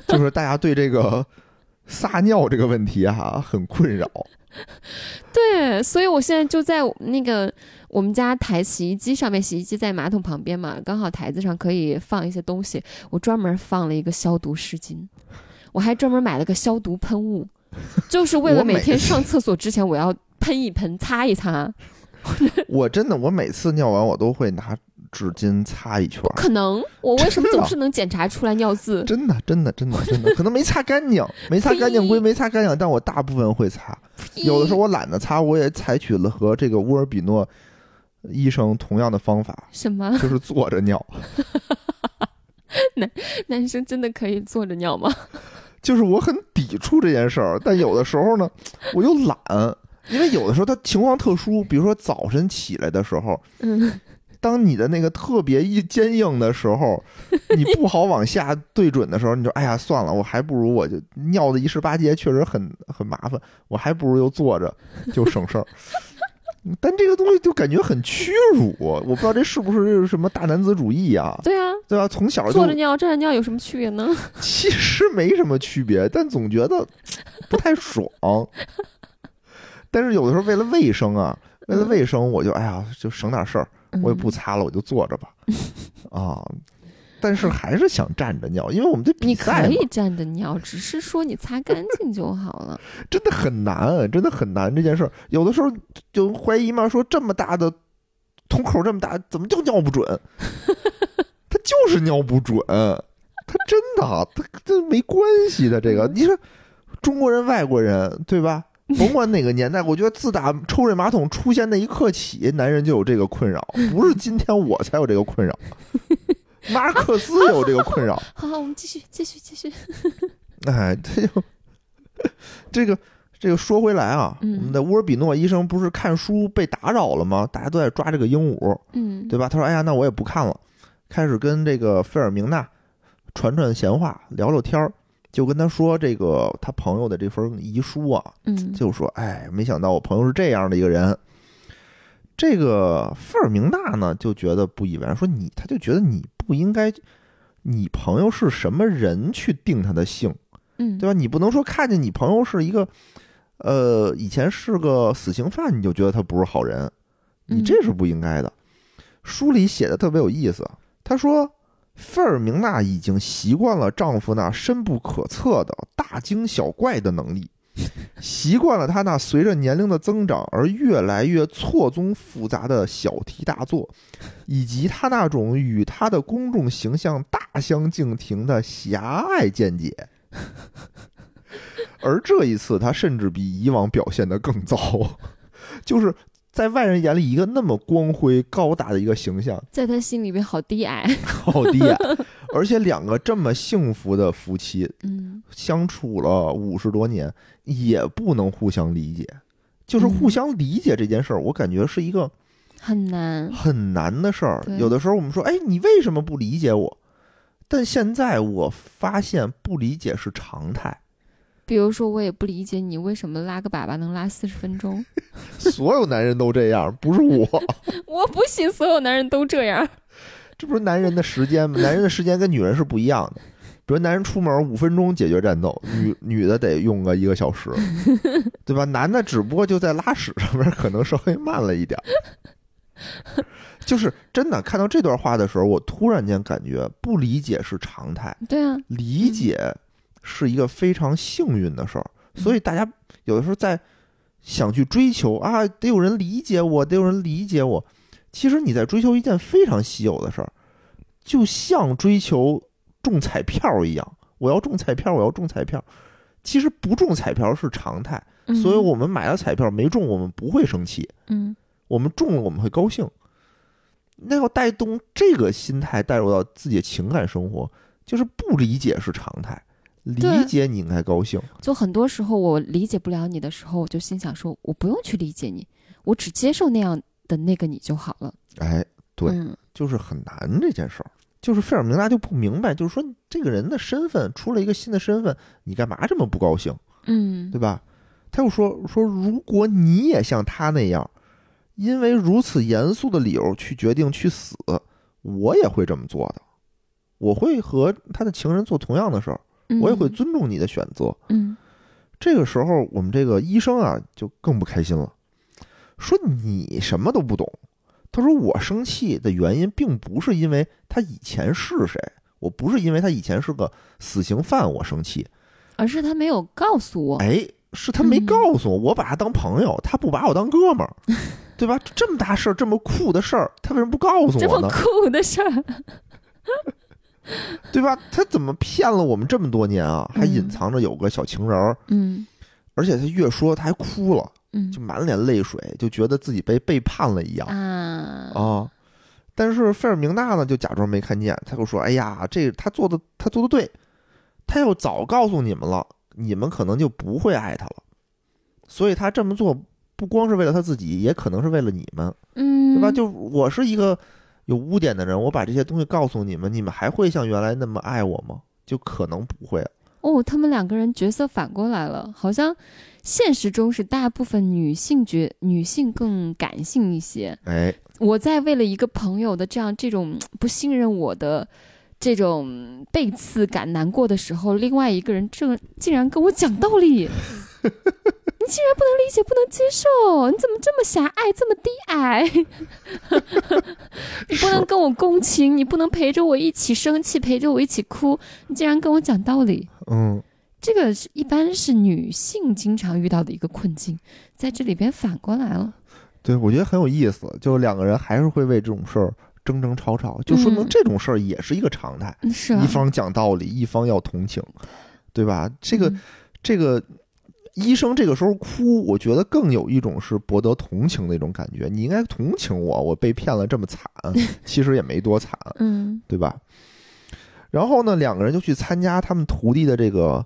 就是大家对这个撒尿这个问题哈、很困 扰。
对，所以我现在就在那个我们家台洗衣机上面，洗衣机在马桶旁边嘛，刚好台子上可以放一些东西，我专门放了一个消毒湿巾，我还专门买了个消毒喷雾，就是为了
我每
每天
次
上厕所之前我要喷一喷，擦一擦。
我真的，我每次尿完我都会拿纸巾擦一圈儿，
可能我为什么
真的
总是能检查出来 尿渍？
真的，真的，真的，真的，可能没擦干净，没擦干净归没擦干净，但我大部分会擦。有的时候我懒得擦，我也采取了和这个沃尔比诺医生同样的方法，
什么？
就是坐着尿。
男生真的可以坐着 尿吗？
就是我很抵触这件事儿，但有的时候呢，我又懒，因为有的时候它情况特殊，比如说早晨起来的时候，
嗯，
当你的那个特别一坚硬的时候，你不好往下对准的时候，你就哎呀算了，我还不如我就尿的一十八街，确实很很麻烦，我还不如就坐着就省事儿。 但这个东西就感觉很屈辱，啊我不知道这是不是什么大男子主义啊，
对啊，
对吧？从小就
坐着尿、站着尿有什么区别 呢？
其实没什么区别，但总觉得不太爽。但是有的时候为了卫生啊，为
嗯
了卫生，我就哎呀，就省点事儿，我也不擦了，我就坐 着吧。啊，但是还是想站着尿，因为我们这
你
比
可
赛嘛
以站着尿，只是说你擦干净就好了。
真的很难，真的很难这件事儿。有的时候就怀疑嘛，说这么大的瞳孔这么大，怎么就尿不准？他就是尿不准，他真的，他这没关系的。这个你说中国人、外国人对吧？甭管哪个年代，我觉得自打抽水马桶出现那一刻起，男人就有这个困扰，不是今天我才有这个困扰，马尔克斯有这个困扰。
好好，我们继续，继续，继续。
哎，这就这个这个说回来啊，
嗯
我们的乌尔比诺医生不是看书被打扰了吗？大家都在抓这个鹦鹉，
嗯，
对吧？他说：“哎呀，那我也不看了。”开始跟这个费尔明娜传传闲话，聊聊天儿，就跟他说这个他朋友的这份遗书啊，
嗯，
就说：“哎，没想到我朋友是这样的一个人。”这个费尔明娜呢，就觉得不以为然，说你，他就觉得你不应该，你朋友是什么人去定他的姓，
嗯，
对吧？你不能说看见你朋友是一个，呃，以前是个死刑犯，你就觉得他不是好人，你
嗯
这是不应该的。书里写的特别有意思，他说费尔明娜已经习惯了丈夫那深不可测的大惊小怪的能力，习惯了他那随着年龄的增长而越来越错综复杂的小题大做，以及他那种与他的公众形象大相径庭的狭隘见解。而这一次，他甚至比以往表现得更糟，就是在外人眼里一个那么光辉高大的一个形象，
在他心里边好低矮。
好低矮，而且两个这么幸福的夫妻
嗯，
相处了五十多年，也不能互相理解。就是互相理解这件事儿，我感觉是一个
很难。
很难的事儿
对。
有的时候我们说，哎，你为什么不理解我？但现在我发现不理解是常态，
比如说，我也不理解你为什么拉个粑粑能拉四十分钟。
所有男人都这样，不是我。
我不信所有男人都这样。
这不是男人的时间吗？男人的时间跟女人是不一样的。比如男人出门五分钟解决战斗，女女的得用个一个小时，对吧？男的只不过就在拉屎上面可能稍微慢了一点儿。就是真的看到这段话的时候，我突然间感觉不理解是常态，
对啊，
理解是一个非常幸运的事儿。所以大家有的时候在想去追求啊，得有人理解我，得有人理解我。其实你在追求一件非常稀有的事儿，就像追求中彩票一样，我要中彩票，我要中彩票。其实不中彩票是常态，
嗯
所以我们买了彩票没中，我们不会生气，
嗯
我们中了我们会高兴。那要带动这个心态带入到自己的情感生活，就是不理解是常态，理
对
解你应该高兴。
就很多时候我理解不了你的时候，我就心想说，我不用去理解你，我只接受那样的那个你就好了。
哎，对
嗯
就是很难这件事儿。就是费尔明达就不明白，就是说这个人的身份出了一个新的身份，你干嘛这么不高兴，
嗯
对吧？他又说说，如果你也像他那样，因为如此严肃的理由去决定去死，我也会这么做的，我会和他的情人做同样的事儿，我也会尊重你的选择。
嗯
这个时候，我们这个医生啊就更不开心了，说你什么都不懂。他说我生气的原因并不是因为他以前是谁，我不是因为他以前是个死刑犯我生气，
而是他没有告诉我，
哎，是他没
哦嗯
告诉我，我把他当朋友，他不把我当哥们 儿，对吧？这么大事儿，这么酷的事儿，他为什么不告诉
这
我
么
呢？
酷的事 儿。
对吧？他怎么骗了我们这么多年啊？还隐
嗯
藏着有个小情人儿，
嗯
而且他越说他还哭了，
嗯
就满脸泪水，就觉得自己被背叛了一样。
啊
啊。但是费尔明娜呢，就假装没看见，他就说：“哎呀，这他做的，他做的对，他要早告诉你们了，你们可能就不会爱他了。所以他这么做不光是为了他自己，也可能是为了你们，
嗯
对吧？就我是一个有污点的人，我把这些东西告诉你们，你们还会像原来那么爱我吗？就可能不会了。
哦，他们两个人角色反过来了，好像现实中是大部分女性觉女性更感性一些。
哎，
我在为了一个朋友的这样这种不信任我的这种背刺感难过的时候，另外一个人正竟然跟我讲 道理，你竟然不能理解、不能接受，你怎么这么狭隘、这么低矮？你不能
是
跟我共情，你不能陪着我一起生气，陪着我一起哭，你竟然跟我讲道理。
嗯，
这个是一般是女性经常遇到的一个困境，在这里边反过来了。
对，我觉得很有意思，就两个人还是会为这种事儿争争吵吵，就说明
嗯
这种事儿也是一个常态。
嗯是啊
一，方讲道理，一方要同情，对吧？这个、
嗯
这个医生这个时候哭，我觉得更有一种是博得同情的一种感觉。你应该同情我，我被骗了这 么惨，其实也没多惨，
嗯
对吧？然后呢，两个人就去参加他们徒弟的这个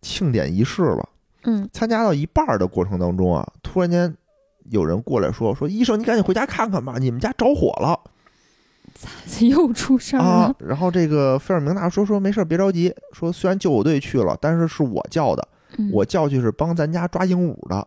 庆典仪式了。
嗯
参加到一半儿的过程当中啊，突然间有人过来说：“说医生，你赶紧回家看看吧，你们家着火了。”
嗯 又出事儿
啊
了。。
然后这个费尔明娜说说没事儿，别着急。说虽然救火队去了，但是是我叫的，
嗯
我叫去是帮咱家抓鹦鹉的，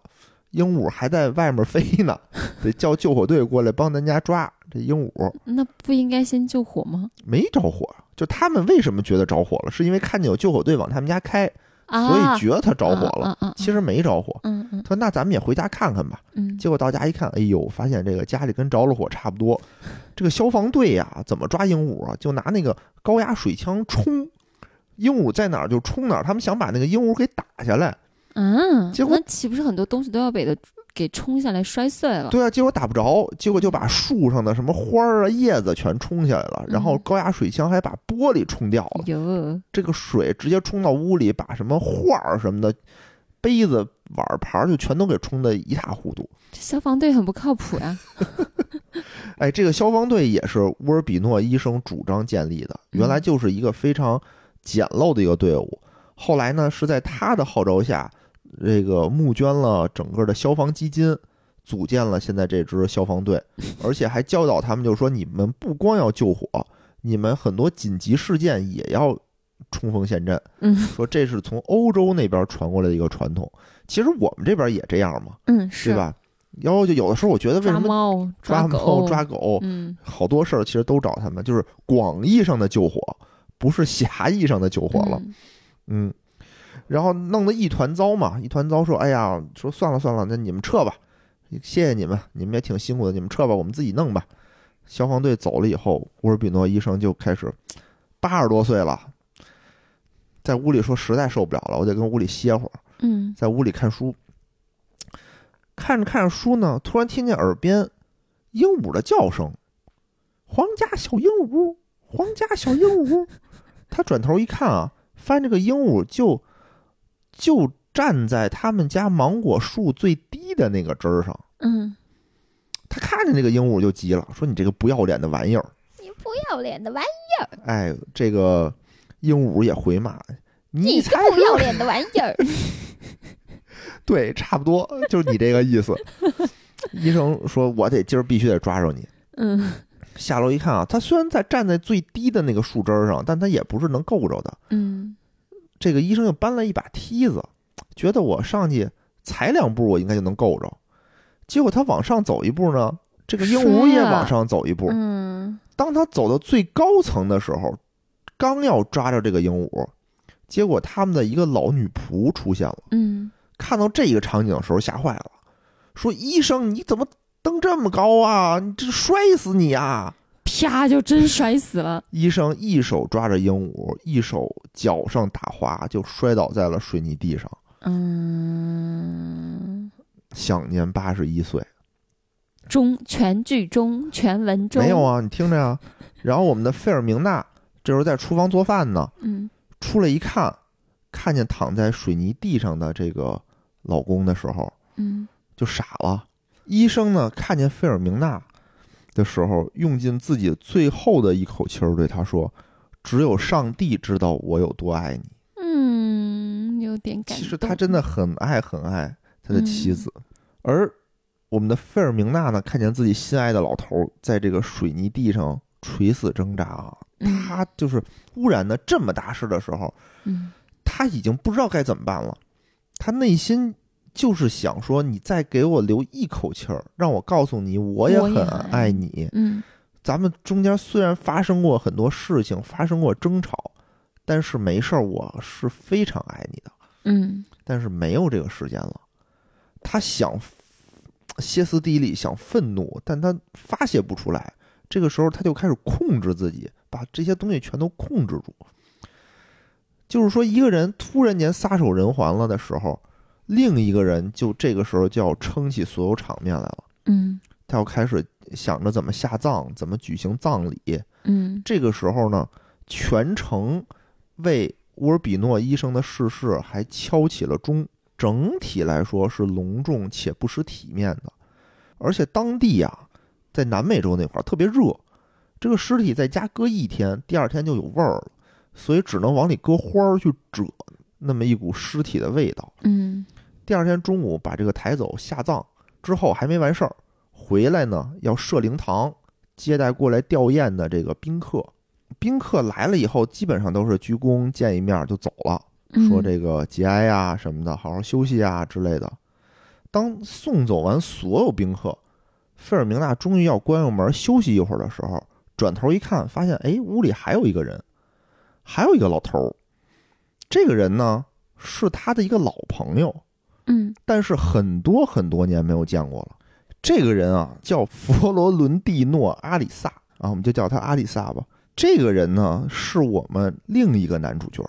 鹦鹉还在外面飞 呢，得叫救火队过来帮咱家抓这鹦鹉。
那不应该先救火吗？
没着火，就他们为什么觉得着火了？是因为看见有救火队往他们家开，所以
啊
觉得他着火了。
啊啊啊啊
其实没着火。
嗯嗯
他说：“那咱们也回家看看吧。”
嗯，
结果到家一看，哎呦，发现这个家里跟着了火差不多。这个消防队呀、怎么抓鹦鹉啊？就拿那个高压水枪冲，鹦鹉在哪儿就冲哪儿。他们想把那个鹦鹉给打下来，
啊，
结果
那岂不是很多东西都要被的给冲下来摔碎了？
对啊，结果打不着，结果就把树上的什么花儿啊、叶子全冲下来了，然后
嗯
高压水枪还把玻璃冲掉了。
哟，
这个水直接冲到屋里，把什么画儿什么的、杯子、碗儿、盘儿就全都给冲得一塌糊涂。
这消防队很不靠谱呀、
哎，这个消防队也是乌尔比诺医生主张建立的，原来就是一个非常简陋的一个队伍，后来呢是在他的号召下，这个募捐了整个的消防基金，组建了现在这支消防队，而且还教导他们，就是说你们不光要救火，你们很多紧急事件也要冲锋陷阵。
嗯
说这是从欧洲那边传过来的一个传统，其实我们这边也这样嘛，
嗯，是
对？吧？然后就有的时候我觉得为
抓
什么
猫、
抓
狗、
猫抓狗
嗯
好多事儿其实都找他们，就是广义上的救火，不是狭义上的酒火了。
嗯
嗯，然后弄得一团糟嘛，一团糟说：“哎呀，说算了算了，那你们撤吧，谢谢你们，你们也挺辛苦的，你们撤吧，我们自己弄吧。”消防队走了以后，乌尔比诺医生就开始八十多岁了，在屋里说实在受不了了，我得跟屋里歇会儿，
嗯
在屋里看书。看着看着书呢，突然听见耳边鹦鹉的叫声，皇家小鹦鹉，皇家小鹦鹉。他转头一看啊，发现这个鹦鹉就就站在他们家芒果树最低的那个枝儿上。
嗯，
他看见这个鹦鹉就急了，说：“你这个不要脸的玩意儿
你不要脸的玩意！”
哎，这个鹦鹉也回骂：“你
个
才
不要脸的玩意儿！
对，差不多就是你这个意思。医生说：“我得今儿必须得抓着你。
嗯”
下楼一看啊，他虽然在站在最低的那个树枝儿上，但他也不是能够着的。
嗯
这个医生又搬了一把梯子，觉得我上去踩两步，我应该就能够着。结果他往上走一步呢，这个鹦鹉也
摔了
往上走一步。
嗯
当他走到最高层的时候，刚要抓着这个鹦鹉，结果他们的一个老女仆出现了。
嗯
看到这个场景的时候吓坏了，说：“医生，你怎么登这么高啊？你这摔死你啊
啪就真摔死了！”。
医生一手抓着鹦鹉，一手脚上打滑，就摔倒在了水泥地上，
嗯，
享年八十一岁。
中全剧终，全文中
没有？啊，你听着呀、然后我们的费尔明娜这时候在厨房做饭呢，
嗯
出来一看，看见躺在水泥地上的这个老公的时候，
嗯
就傻了。医生呢，看见费尔明娜的时候，用尽自己最后的一口气儿对她说：“只有上帝知道我有多爱你。
嗯，有点”感动。嗯
其实他真的很爱很爱他的妻子，而我们的费尔明娜呢，看见自己心爱的老头儿在这个水泥地上垂死挣扎啊，
嗯
他就是忽然的这么大事的时候，
嗯
他已经不知道该怎么办了，他内心就是想说：“你再给我留一口气儿，让我告诉你，我也
我也
很
很爱
爱你。
嗯
咱们中间虽然发生过很多事情，发生过争吵，但是没事儿，我是非常爱你的。
嗯
但是没有这个时间了，他想歇斯底里，想愤怒，但他发泄不出来。这个时候，他就开始控制自己，把这些东西全都控制住。就是说，一个人突然间撒手人寰了的时候，另一个人就这个时候就要撑起所有场面来了。
嗯
他要开始想着怎么下葬，怎么举行葬礼。
嗯
这个时候呢，全程为乌尔比诺医生的逝世还敲起了钟。整体来说是隆重且不失体面的，而且当地呀、在南美洲那块儿特别热，这个尸体在家搁一天，第二天就有味儿了，所以只能往里搁花儿去遮那么一股尸体的味道。
嗯
第二天中午把这个抬走下葬之后还没完事儿，回来呢要设灵堂接待过来吊唁的这个宾客。宾客来了以后，基本上都是鞠躬见一面就走了，
嗯，
说这个节哀啊什么的，好好休息啊之类的。当送走完所有宾客，费尔明娜终于要关上门休息一会儿的时候，转头一看，发现哎，屋里还有一个人，还有一个老头儿。这个人呢是他的一个老朋友，
嗯
但是很多很多年没有见过了。这个人啊，叫佛罗伦蒂诺·阿里萨啊，我们就叫他阿里萨吧。这个人呢，是我们另一个男主角。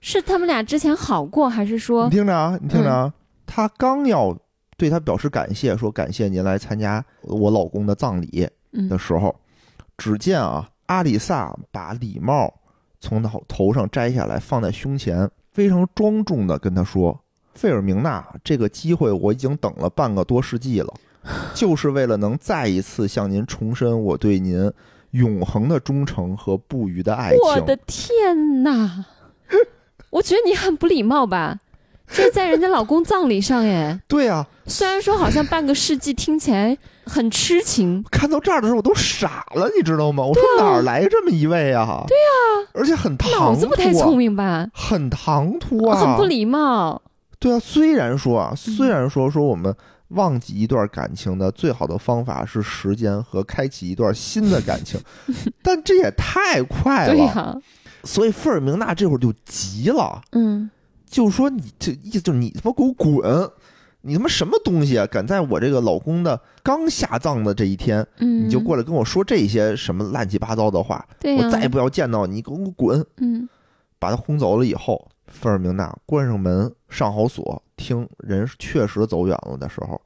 是他们俩之前好过，还是说
你听着啊，你听着啊，他刚要对他表示感谢，说感谢您来参加我老公的葬礼
嗯
的时候，只见啊，阿里萨把礼帽从脑头上摘下来，放在胸前，非常庄重的跟他说：“费尔明娜，这个机会我已经等了半个多世纪了，就是为了能再一次向您重申我对您永恒的忠诚和不渝的爱情。”
我的天呐， 我觉得你很不礼貌吧？这在人家老公葬礼上哎，
对啊，
虽然说好像半个世纪，听起来很痴情。
看到这儿的时候我都傻了，你知道吗？我说哪儿来这么一位啊？对啊，而且很
啊脑
唐
子不太
突
聪
啊，
明吧？
很唐突啊，
很不礼貌。嗯
对啊，虽然说啊，虽然说说我们忘记一段感情的最好的方法是时间和开启一段新的感 情，但这也太快
对
了。
呀、
所以费尔明娜这会儿就急了，
嗯，
就说你这意思就是你他妈给我滚！你他妈什么东西啊？敢在我这个老公的刚下葬的这一天，
嗯，
你就过来跟我说这些什么乱七八糟的话，
对呀、
我再也不要见到你，你给我滚！
嗯
把他轰走了以后，费尔明娜关上门，上好锁，听人确实走远了的时候，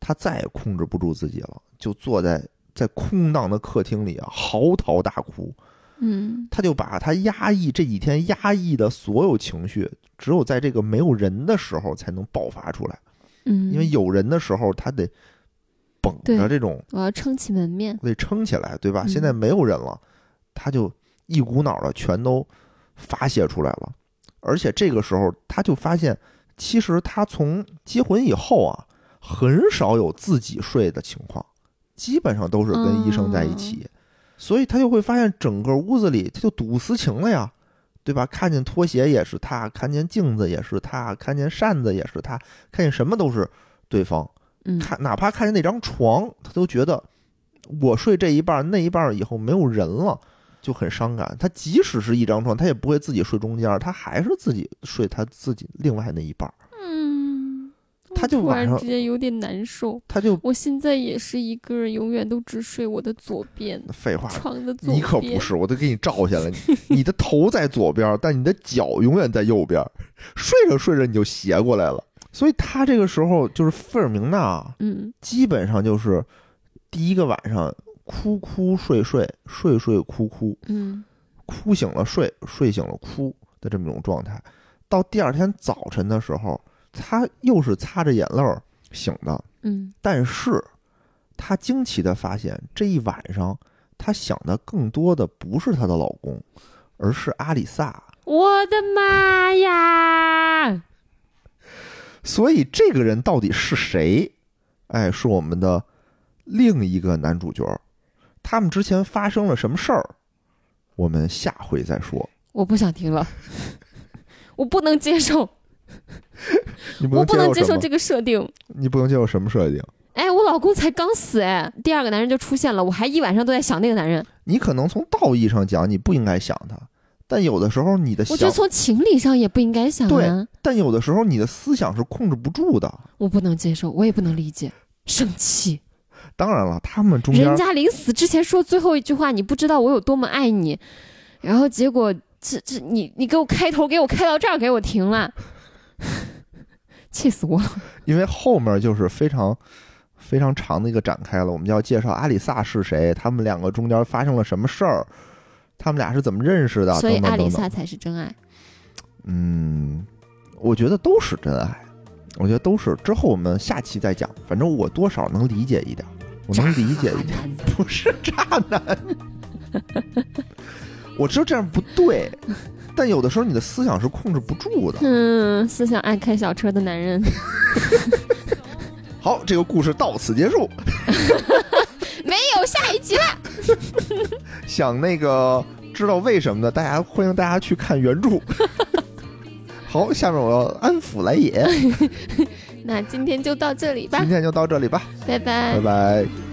她再也控制不住自己了，就坐在在空荡的客厅里啊，嚎啕大哭。
嗯
她就把她压抑这几天压抑的所有情绪，只有在这个没有人的时候才能爆发出来，
嗯，
因为有人的时候，她得绷着
对
这种
我要撑起门面，
得撑起来，对吧？
嗯
现在没有人了，他就一股脑的全都发泄出来了。而且这个时候，他就发现，其实他从结婚以后啊，很少有自己睡的情况，基本上都是跟医生在一起，所以他就会发现整个屋子里他就睹私情了呀，对吧？看见拖鞋也是他，看见镜子也是他，看见扇子也是他，看见什么都是对方。
嗯，
看哪怕看见那张床，他都觉得我睡这一半儿，那一半儿以后没有人了，就很伤感。他即使是一张床，他也不会自己睡中间儿，他还是自己睡他自己另外那一半儿。
嗯，
他就
突
晚
然
上
之间有点难受。
他就
我现在也是一个人，永远都只睡我的左边
废话，
床的左边。
你可不是，我都给你照下来，你你的头在左边儿，但你的脚永远在右边儿，睡着睡着你就斜过来了。所以他这个时候就是费尔明娜啊
嗯
基本上就是第一个晚上哭哭睡睡睡睡哭哭，
嗯
哭醒了睡，睡醒了哭的这么一种状态。到第二天早晨的时候，他又是擦着眼泪儿醒的，
嗯
但是他惊奇的发现，这一晚上他想的更多的不是她的老公，而是阿里萨。
我的妈呀！
所以这个人到底是谁？哎，是我们的另一个男主角。他们之前发生了什么事儿？我们下回再说。
我不想听了， 我不能接受，
你不
我不能接
什
受
么？
这个设定。
你不能接受什么设定？
哎，我老公才刚死，哎，第二个男人就出现了，我还一晚上都在想那个男人。
你可能从道义上讲，你不应该想他，但有的时候你的
我觉
想
得，从情理上也不应该想啊，
但有的时候你的思想是控制不住的。
我不能接受，我也不能理解，生气。
当然了，他们中间
人家临死之前说最后一句话，你不知道我有多么爱你，然后结果这这你你给我开头给我开到这儿给我停了，气死我了。
因为后面就是非常非常长的一个展开了，我们要介绍阿里萨是谁，他们两个中间发生了什么事儿，他们俩是怎么认识的，
所以
等等
阿里
等等
萨才是真爱。
嗯，我觉得都是真爱，我觉得都是。之后我们下期再讲，反正我多少能理解一点，我能理解一点， 不是渣男。 我知道这样不对，但有的时候你的思想是控制不住 的。
嗯，思想爱开小车的男人，
好，这个故事到此结束。
没有下一集了。
想那个知道为什么的，大家欢迎大家去看原著。 好，下面我要安抚 来也，
那今天就到这里吧
今，天就到这里吧，
拜
拜。
拜
拜。